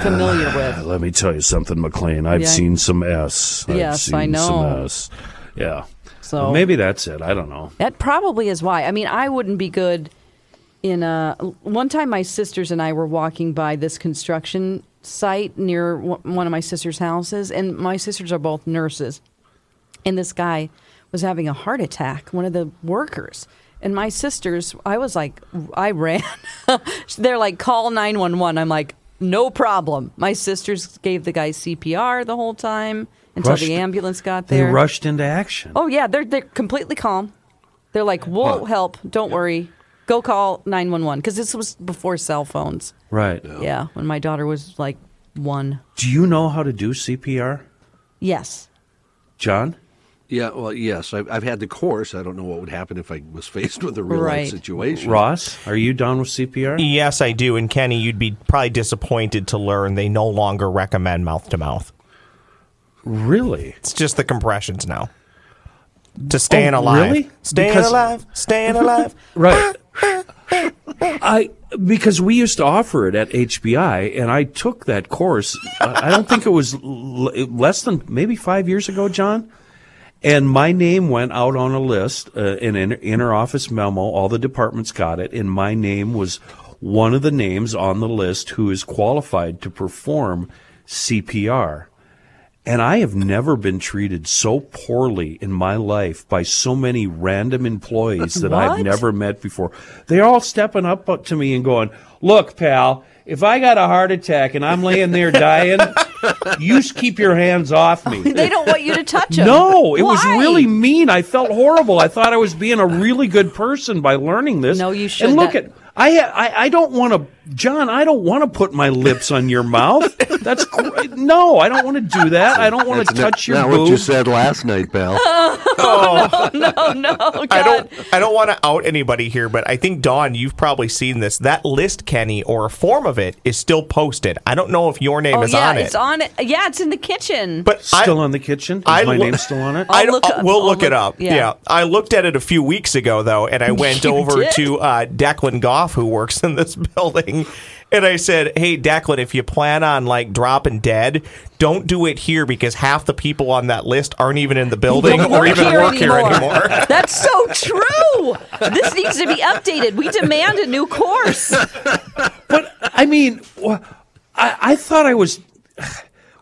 familiar <sighs> with. Let me tell you something, McLean. I've Yeah. seen some S. I've Yes, I seen Some know. S. Yeah. So- maybe that's it. I don't know. That probably is why. I mean, I wouldn't be good in a. One time, my sisters and I were walking by this construction site near w- one of my sister's houses, and my sisters are both nurses. And this guy was having a heart attack, one of the workers. And my sisters, I was like, I ran. <laughs> They're like, call 911. I'm like, no problem. My sisters gave the guy CPR the whole time until Rushed- the ambulance got They there. rushed into action. Oh yeah, they're they're completely calm. They're like, "We'll help. Don't worry. Go call 911 because this was before cell phones." Right. Yeah, when my daughter was like 1. Do you know how to do CPR, Yes. John? Yeah, well, yes, I've, I've had the course. I don't know what would happen if I was <laughs> faced with a real Right. life situation. Ross, are you done with CPR? Yes, I do. And Kenny, you'd be probably disappointed to learn they no longer recommend mouth to mouth. Really? It's just the compressions now. To staying Oh, alive. really? Staying Because- alive. Staying <laughs> alive. Right. I because we used to offer it at HBI, and I took that course. I I don't think it was l- less than maybe five years ago, John. And my name went out on a list, uh, an inter- interoffice memo. All the departments got it, and my name was one of the names on the list who is qualified to perform CPR. And I have never been treated so poorly in my life by so many random employees that I've What? never met before. They're all stepping up to me and going, Look, pal, if I got a heart attack and I'm laying there <laughs> dying, you s- keep your hands off me. They don't want you <laughs> to touch them. No, it was really mean. I felt horrible. I thought I was being a really good person by learning this. No, you And shouldn't. look at I ha- I, I don't want to, John. I don't want to put my lips on your mouth. That's cr- no. I don't want to do that. I don't want to That's not- touch your not what you boob. said last night, <laughs> pal. <laughs> <laughs> No, no. God. I don't I don't want to out anybody here, but I think Don, you've probably seen this. That list, Kenny, or a form of it is still posted. I don't know if your name Oh is yeah, on it. it's on it. Yeah, it's in the kitchen. but I- Still on the kitchen? Is I my lo- name still on it? I I'll don't- look up- we'll I'll look, it look- up. Yeah. yeah. I looked at it a few <laughs> weeks ago though, and I went You over did? to uh, Declan Goff, who works in this <laughs> building, And I said, "Hey, Declan, if you plan on like dropping dead, don't do it here because half the people on that list aren't even in the building Don't or even work here anymore." <laughs> <laughs> That's so true. This needs to be updated. We demand a new course. But I mean, wh- I, I thought I was.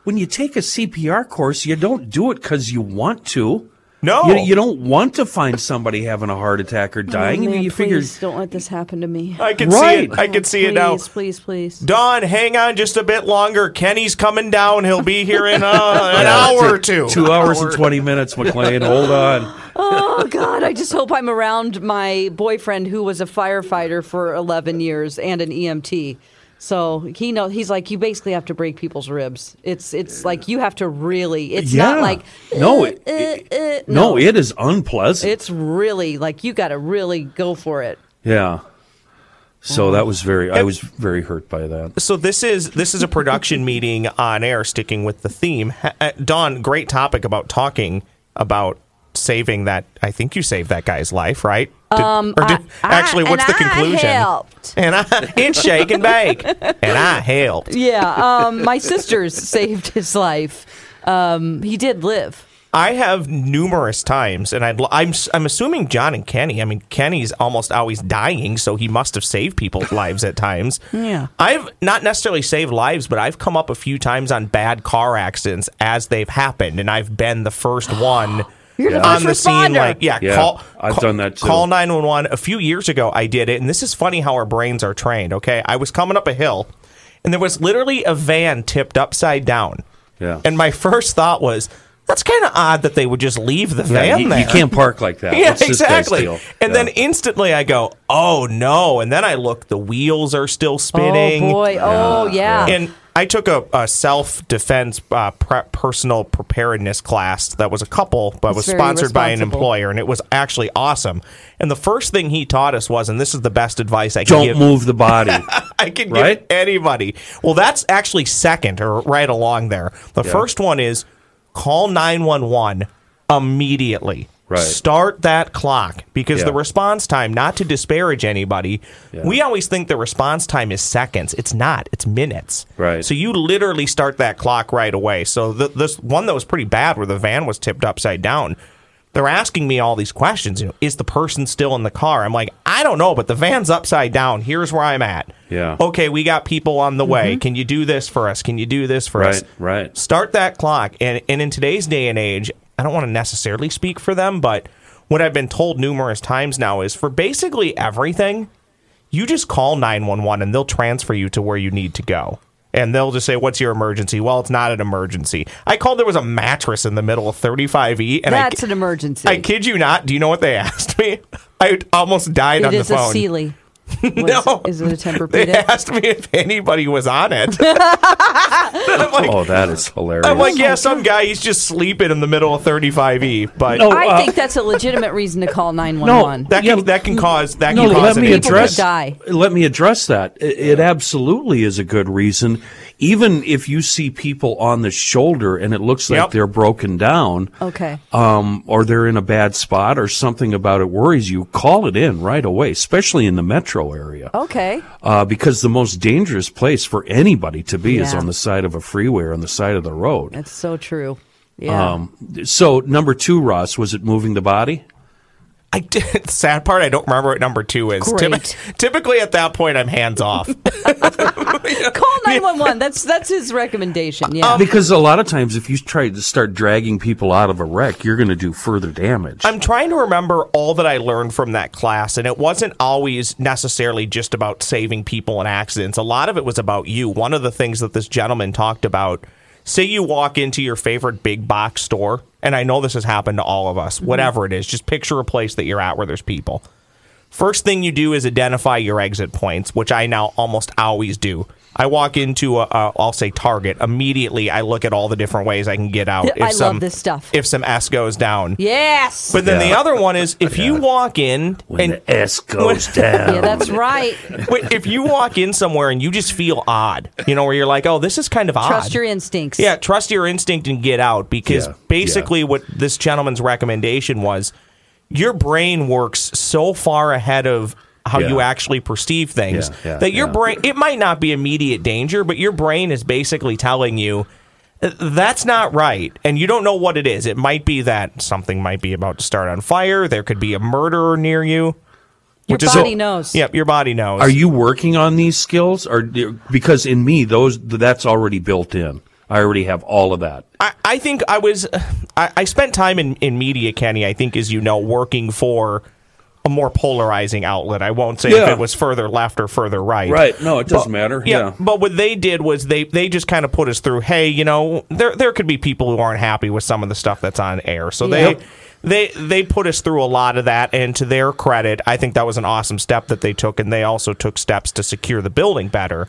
When you take a CPR course, you don't do it because you want to. No. you, you don't want to find somebody having a heart attack or dying. Oh, Man, you please figure don't let this happen to me. I can see it. Right. I can see please, it now. Please, please. Don, hang on just a bit longer. Kenny's coming down. He'll be here in uh, an hour <laughs> or two. two hours and twenty <laughs> minutes, McLean. Hold on. Oh God, I just hope I'm around my boyfriend who was a firefighter for 11 years and an EMT. So he know he's like you basically have to break people's ribs. It's it's like you have to really. It's not Yeah. like No, uh, it- uh, it- uh, No, it is unpleasant. It's really like you got to really go for it. yeah. So that was very. I was very hurt by that. So this is this is a production meeting on air. Sticking with the theme, Ha- uh, Don. Great topic about talking about saving that. I think you saved that guy's life, right? Did- or did- actually, Um, I- what's and the I conclusion? helped. And I <laughs> it's shake and bake, and I helped. Yeah, um, my sisters <laughs> saved his life. Um, he did live. I have numerous times, and I'd, l- I'm s- I'm assuming John and Kenny. I mean, Kenny's almost always dying, so he must have saved people's lives at times. Yeah. I've not necessarily saved lives, but I've come up a few times on bad car accidents as they've happened, and I've been the first one. <gasps> You're the on first the scene, responder. like yeah, Yeah, call. I've call- done that too. Call nine one one. A few years ago, I did it, and this is funny how our brains are trained. Okay, I was coming up a hill, and there was literally a van tipped upside down. Yeah. And my first thought was, that's kind of odd that they would just leave the Yeah, van you, there. you <laughs> can't park like that. Yeah, That's this guy's exactly. deal. And then Yeah. instantly I go, oh no. And then I look, the wheels are still spinning. Oh boy! Oh yeah. And I took a, a self defense uh, pre- personal preparedness class that was a couple, but That's was very sponsored by an responsible. employer. And it was actually awesome. And the first thing he taught us was, and this is the best advice I can <laughs> don't give. move the body. <laughs> I can Right? give anybody. Well, that's actually second or right along there. The first one is call 911 immediately. Right. Start that clock because Yeah. the response time, not to disparage anybody, Yeah. we always think the response time is seconds. It's not, it's minutes. Right. So you literally start that clock right away. So the, this one that was pretty bad where the van was tipped upside down. They're asking me all these questions. You know, is the person still in the car? I'm like, I don't know, but the van's upside down. Here's where I'm at Yeah. okay, we got people on the way. Can you do this for us? Can you do this for Right, us? right. Start that clock. And and in today's day and age, I don't want to necessarily speak for them, but what I've been told numerous times now is for basically everything, you just call 911 and they'll transfer you to where you need to go. And they'll just say, What's your emergency? Well, it's not an emergency. I called, there was a mattress in the middle of 35E. And That's I, an emergency. I kid you not. Do you know what they <laughs> asked me? I almost died It on the is a phone. <laughs> Sealy. Was- No. Is it a They Tempur-Pedic? asked me if anybody was on <laughs> it. And I'm like, oh, that is hilarious. I'm like, yeah, some guy, he's just sleeping in the middle of 35E. But No, I uh, think that's a legitimate reason to call 911. that, can, yeah. that can cause that no, can cause let an me People could address. die. Let me address that. It, it absolutely is a good reason, even if you see people on the shoulder and it looks like Yep. they're broken down, okay. um, or they're in a bad spot, or something about it worries you. Call it in right away, especially in the metro area. Okay. Uh, because the most dangerous place for anybody to be is Yeah. on the side of a freeway or on the side of the road. That's so true. Yeah. um, So, number two, Ross, was it moving the body? I did, <laughs> sad part, I don't remember what number two is. Typ- Great. <laughs> typically at that point, I'm hands off. <laughs> <laughs> call 911. That's that's his recommendation. Yeah. Um, Because a lot of times, if you try to start dragging people out of a wreck, you're going to do further damage. I'm trying to remember all that I learned from that class, and it wasn't always necessarily just about saving people in accidents. A lot of it was about you. One of the things that this gentleman talked about say you walk into your favorite big box store, and I know this has happened to all of us, Mm-hmm. whatever it is, just picture a place that you're at where there's people. First thing you do is identify your exit points, which I now almost always do. I walk into a, a I'll say Target immediately. I look at all the different ways I can get out. <laughs> I love this stuff. If some S goes down, yes. but then Yeah. the other one is if you walk in when and the S <laughs> goes down. yeah, that's right. wait, if you walk in somewhere and you just feel odd, you know, where you're like, oh, this is kind of odd. Trust your instincts. yeah, trust your instinct and get out because Yeah, basically what this gentleman's recommendation was your brain works so far ahead of how you Yeah. actually perceive things. Yeah, yeah, that your yeah. brain, it might not be immediate danger, but your brain is basically telling you "Uh, that's not right, and you don't know what it is. It might be that something might be about to start on fire. There could be a murderer near you. Your which is- body knows. Yep, your body knows. Are you working on these skills, or do- because in me those that's already built in? I already have all of that. I, I think I was. I, I spent time in, in media, Kenny. I think, as you know, working for a more polarizing outlet. I won't say if Yeah. it was further left or further right. No, it doesn't matter. Yeah, but what they did was they they just kind of put us through. Hey, you know, there there could be people who aren't happy with some of the stuff that's on air. So Yeah. they they they put us through a lot of that. And to their credit, I think that was an awesome step that they took, and they also took steps to secure the building better.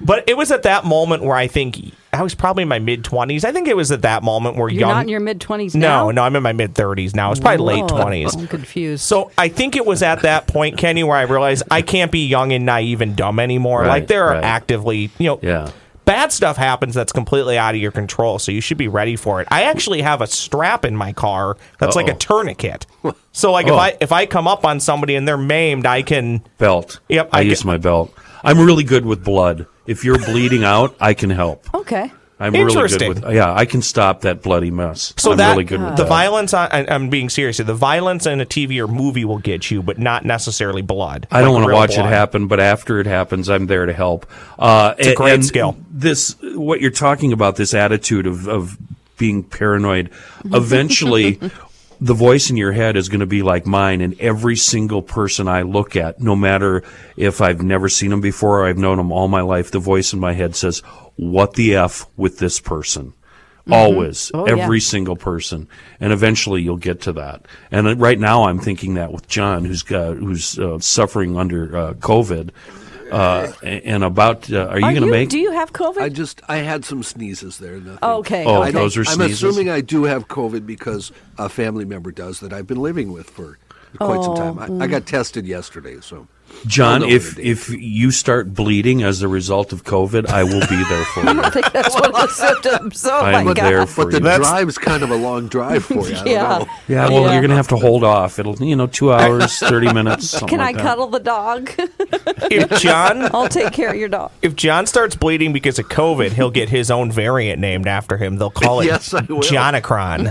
But it was at that moment where I think I was probably in my mid twenties. I think it was at that moment where You're young. not in your mid 20s now. no, no, I'm in my mid thirties now. It's probably late Whoa, twenties. I'm confused. So I think it was at that point, Kenny, where I realized I can't be young and naive and dumb anymore. Right, like there are right. actively, you know, Yeah. bad stuff happens that's completely out of your control. So you should be ready for it. I actually have a strap in my car that's like a Uh-oh. tourniquet. So like if Oh. I if I come up on somebody and they're maimed, I can. Belt. Yep, I, I use get- my belt. I'm really good with blood. If you're bleeding out, I can help. okay. I'm really good Oh, Interesting. with. Yeah, I can stop that bloody mess. So I'm that uh, really good with the that. violence. On, I, I'm being serious. here. The violence in a TV or movie will get you, but not necessarily blood. I don't Like want to real watch blood. it happen, but after it happens, I'm there to help. Uh, it's a great skill. This, what you're talking about, this attitude of, of being <laughs> paranoid, eventually the voice in your head is going to be like mine, and every single person I look at, no matter if I've never seen them before or I've known them all my life, the voice in my head says, What the F with this person? Always, Mm-hmm. Oh, yeah. every single person, and eventually you'll get to that. And uh, right now, I'm thinking that with John, who's got, who's uh, suffering under uh, COVID, uh, and and about uh, are you Are going to you, make? do you have COVID? I just I had some sneezes there. Nothing. Okay. Oh, okay. those are I'm sneezes. assuming I do have COVID because a family member does that I've been living with for quite Oh, some time. I, I mm. got tested yesterday, so John, Hold on, if Dave. if you start bleeding as a result of COVID, I will be there <laughs> for you. I think that's one of the symptoms. Oh, I'm my <laughs> there God. for but the you. drive's kind of a long drive for you. I don't Yeah. know. yeah, well, Yeah. you're going to have to hold off. It'll you know two hours, thirty minutes. something <laughs> Can I like that. cuddle the dog? <laughs> If John I'll take care of your dog. if John starts bleeding because of COVID, he'll get his own variant named after him. They'll call it Yes, I will. <laughs> Jonacron.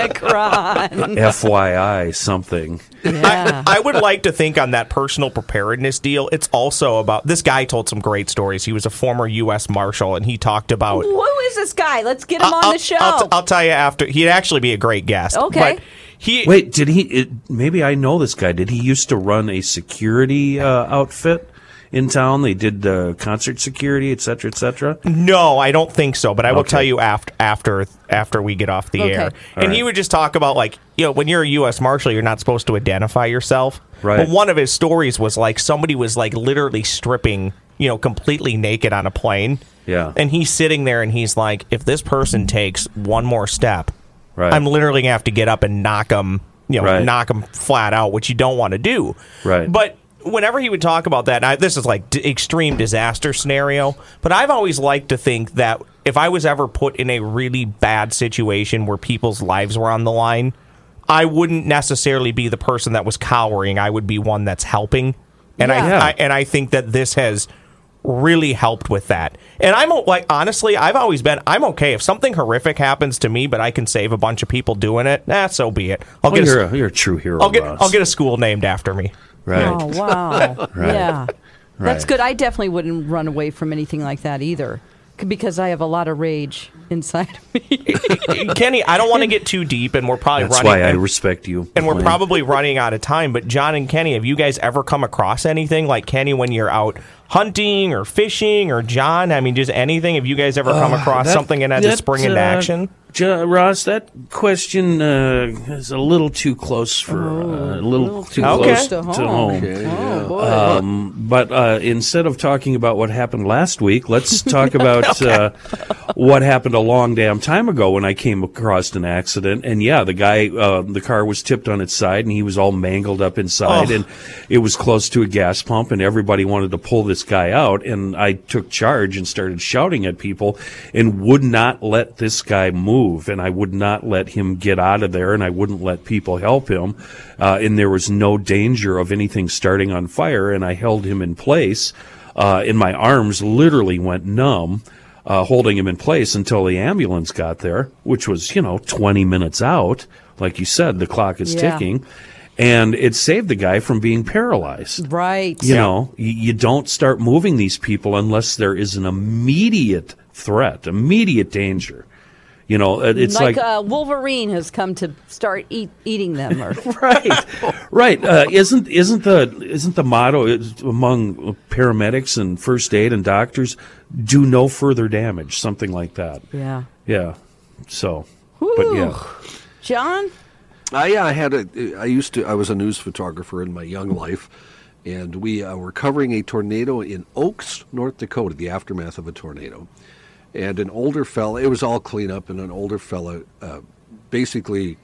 Jonacron. FYI, something. Yeah. I would like to think on that personal preparedness deal, it's also about this guy told some great stories. He was a former U.S. Marshal and he talked about. Who is this guy? Let's get Uh, him on I'll, the show. I'll, I'll tell you after. He'd actually be a great guest. Okay. But he, Wait, did he? It, maybe I know this guy. Did he used to run a security uh, outfit in town? They did uh, concert security, et cetera, et cetera. No, I don't think so. But I will Okay. tell you after after after we get off the Okay. air. All and he right. would just talk about like you know when you're a U.S. marshal, you're not supposed to identify yourself. Right. But one of his stories was like somebody was like literally stripping, you know, completely naked on a plane. Yeah. And he's sitting there and he's like, if this person takes one more step, Right. I'm literally gonna have to get up and knock him, you know, Right. knock him flat out, which you don't want to do. Right. But but whenever he would talk about that, and I, this is like d- extreme disaster scenario. But I've always liked to think that if I was ever put in a really bad situation where people's lives were on the line, I wouldn't necessarily be the person that was cowering. I would be one that's helping, and Yeah. I, I and I think that this has really helped with that. And I'm o- like honestly, I've always been I'm okay if something horrific happens to me, but I can save a bunch of people doing it. Nah, so be it. I'll Oh, get a, you're, s- a, you're a true hero. I'll get Ross. I'll get a school named after me. right. <laughs> Oh, wow. Yeah. That's Right. good. I definitely wouldn't run away from anything like that either c- because I have a lot of rage inside of me. <laughs> <laughs> Kenny, I don't want to get too deep, and we're probably That's running. why I and, respect you. and we're Blaine. probably running out of time. But John and Kenny, have you guys ever come across anything like Kenny when you're out hunting or fishing, or John? I mean, just anything. Have you guys ever come across That- something and had to that, spring into uh, action? Ju- Ross, that question uh, is a little too close for uh, a little, too Okay. close To to home. home. Okay, yeah. But uh, instead of talking about what happened last week, <laughs> let's talk about uh, what happened a long damn time ago when I came across an accident. And yeah, the guy, uh, the car was tipped on its side, and he was all mangled up inside, Oh. and it was close to a gas pump, and everybody wanted to pull this this guy out. And I took charge and started shouting at people and would not let this guy move. And I would not let him get out of there and I wouldn't let people help him. Uh, and there was no danger of anything starting on fire. And I held him in place. Uh, and my arms literally went numb. Uh, holding him in place until the ambulance got there, which was, you know, 20 minutes out. Like you said, the clock is Yeah. ticking. And it saved the guy from being paralyzed. Right. You know, you, you don't start moving these people unless there is an immediate threat, immediate danger. You know, it- it's like, like, uh, Wolverine has come to start eat, eating them. Or, <laughs> right, right. Uh, isn't isn't the isn't the motto is- among paramedics and first aid and doctors do no further damage, something like that. yeah. Yeah. So, but yeah. John? I uh, had a. I used to. I was a news photographer in my young life, and we uh, were covering a tornado in Oaks, North Dakota, the aftermath of a tornado, and an older fella. It was all cleanup, and an older fella, uh, basically,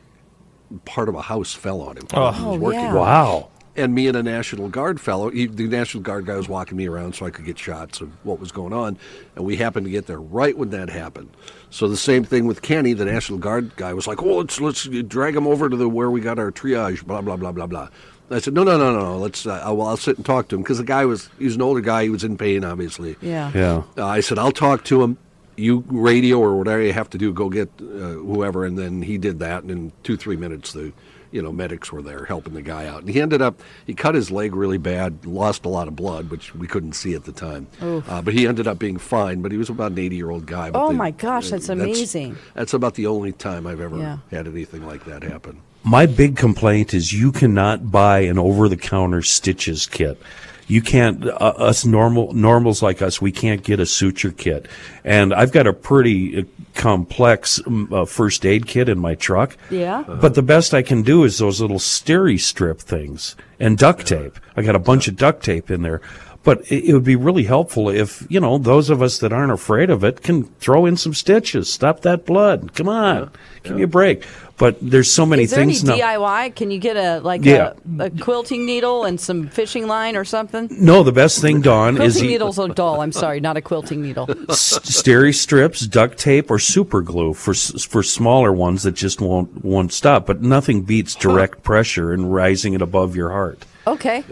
part of a house fell on him. while he was Oh, working. yeah. Wow. and me and a National Guard fellow, he, the National Guard guy was walking me around so I could get shots of what was going on. And we happened to get there right when that happened. So the same thing with Kenny, the National Guard guy was like, "Oh, let's let's drag him over to the where we got our triage." Blah blah blah blah blah. And I said, "No, no, no, no. no. Let's. Uh, well, I'll sit and talk to him because the guy was he was an older guy. He was in pain, obviously. Yeah. Yeah. Uh, I said, I'll talk to him. You radio or whatever you have to do, go get uh, whoever. And then he did that. And in two, three minutes, the you know medics were there helping the guy out. And he ended up, he cut his leg really bad, lost a lot of blood, which we couldn't see at the time. Uh, but he ended up being fine. But he was about an 80 year old guy. but Oh they- uh, my gosh, that's amazing. That's about the only time I've ever Yeah. had anything like that happen. My big complaint is you cannot buy an over-the-counter stitches kit. You can't. Uh, us normal normals like us, we can't get a suture kit. And I've got a pretty uh, complex um, uh, first aid kit in my truck. Yeah. But the best I can do is those little steri strip things and duct tape. I got a bunch of duct tape in there. But it, it would be really helpful if you know those of us that aren't afraid of it can throw in some stitches, stop that blood. Come on, give me a break. But there's so many Is there any things now. DIY? Can you get a like Yeah. a, a quilting needle and some fishing line or something? No, the best thing, Don, is Quilting he, needle's a doll. I'm sorry, not a quilting needle. <laughs> s- steri strips, duct tape, or super glue for s- for smaller ones that just won't won't stop. But nothing beats direct pressure and rising it above your heart. Okay.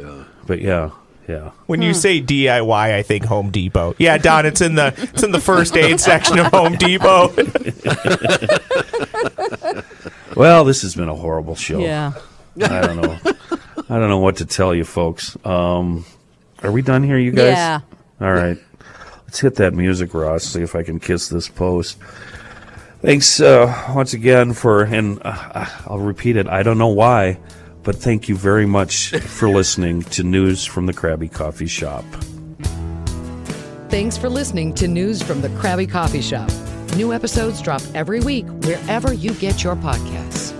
But yeah, yeah. When you say DIY, I think Home Depot. Yeah, Don, it's in the it's in the first aid section of Home Depot. <laughs> Well, this has been a horrible show. Yeah. I don't know. <laughs> I don't know what to tell you, folks. Um, are we done here, you guys? Yeah. All right. Let's hit that music, Ross. See if I can kiss this post. Thanks uh, once again for, and uh, I'll repeat it. I don't know why, but thank you very much for listening to News from the Krabby Coffee Shop. Thanks for listening to News from the Krabby Coffee Shop. New episodes drop every week wherever you get your podcasts.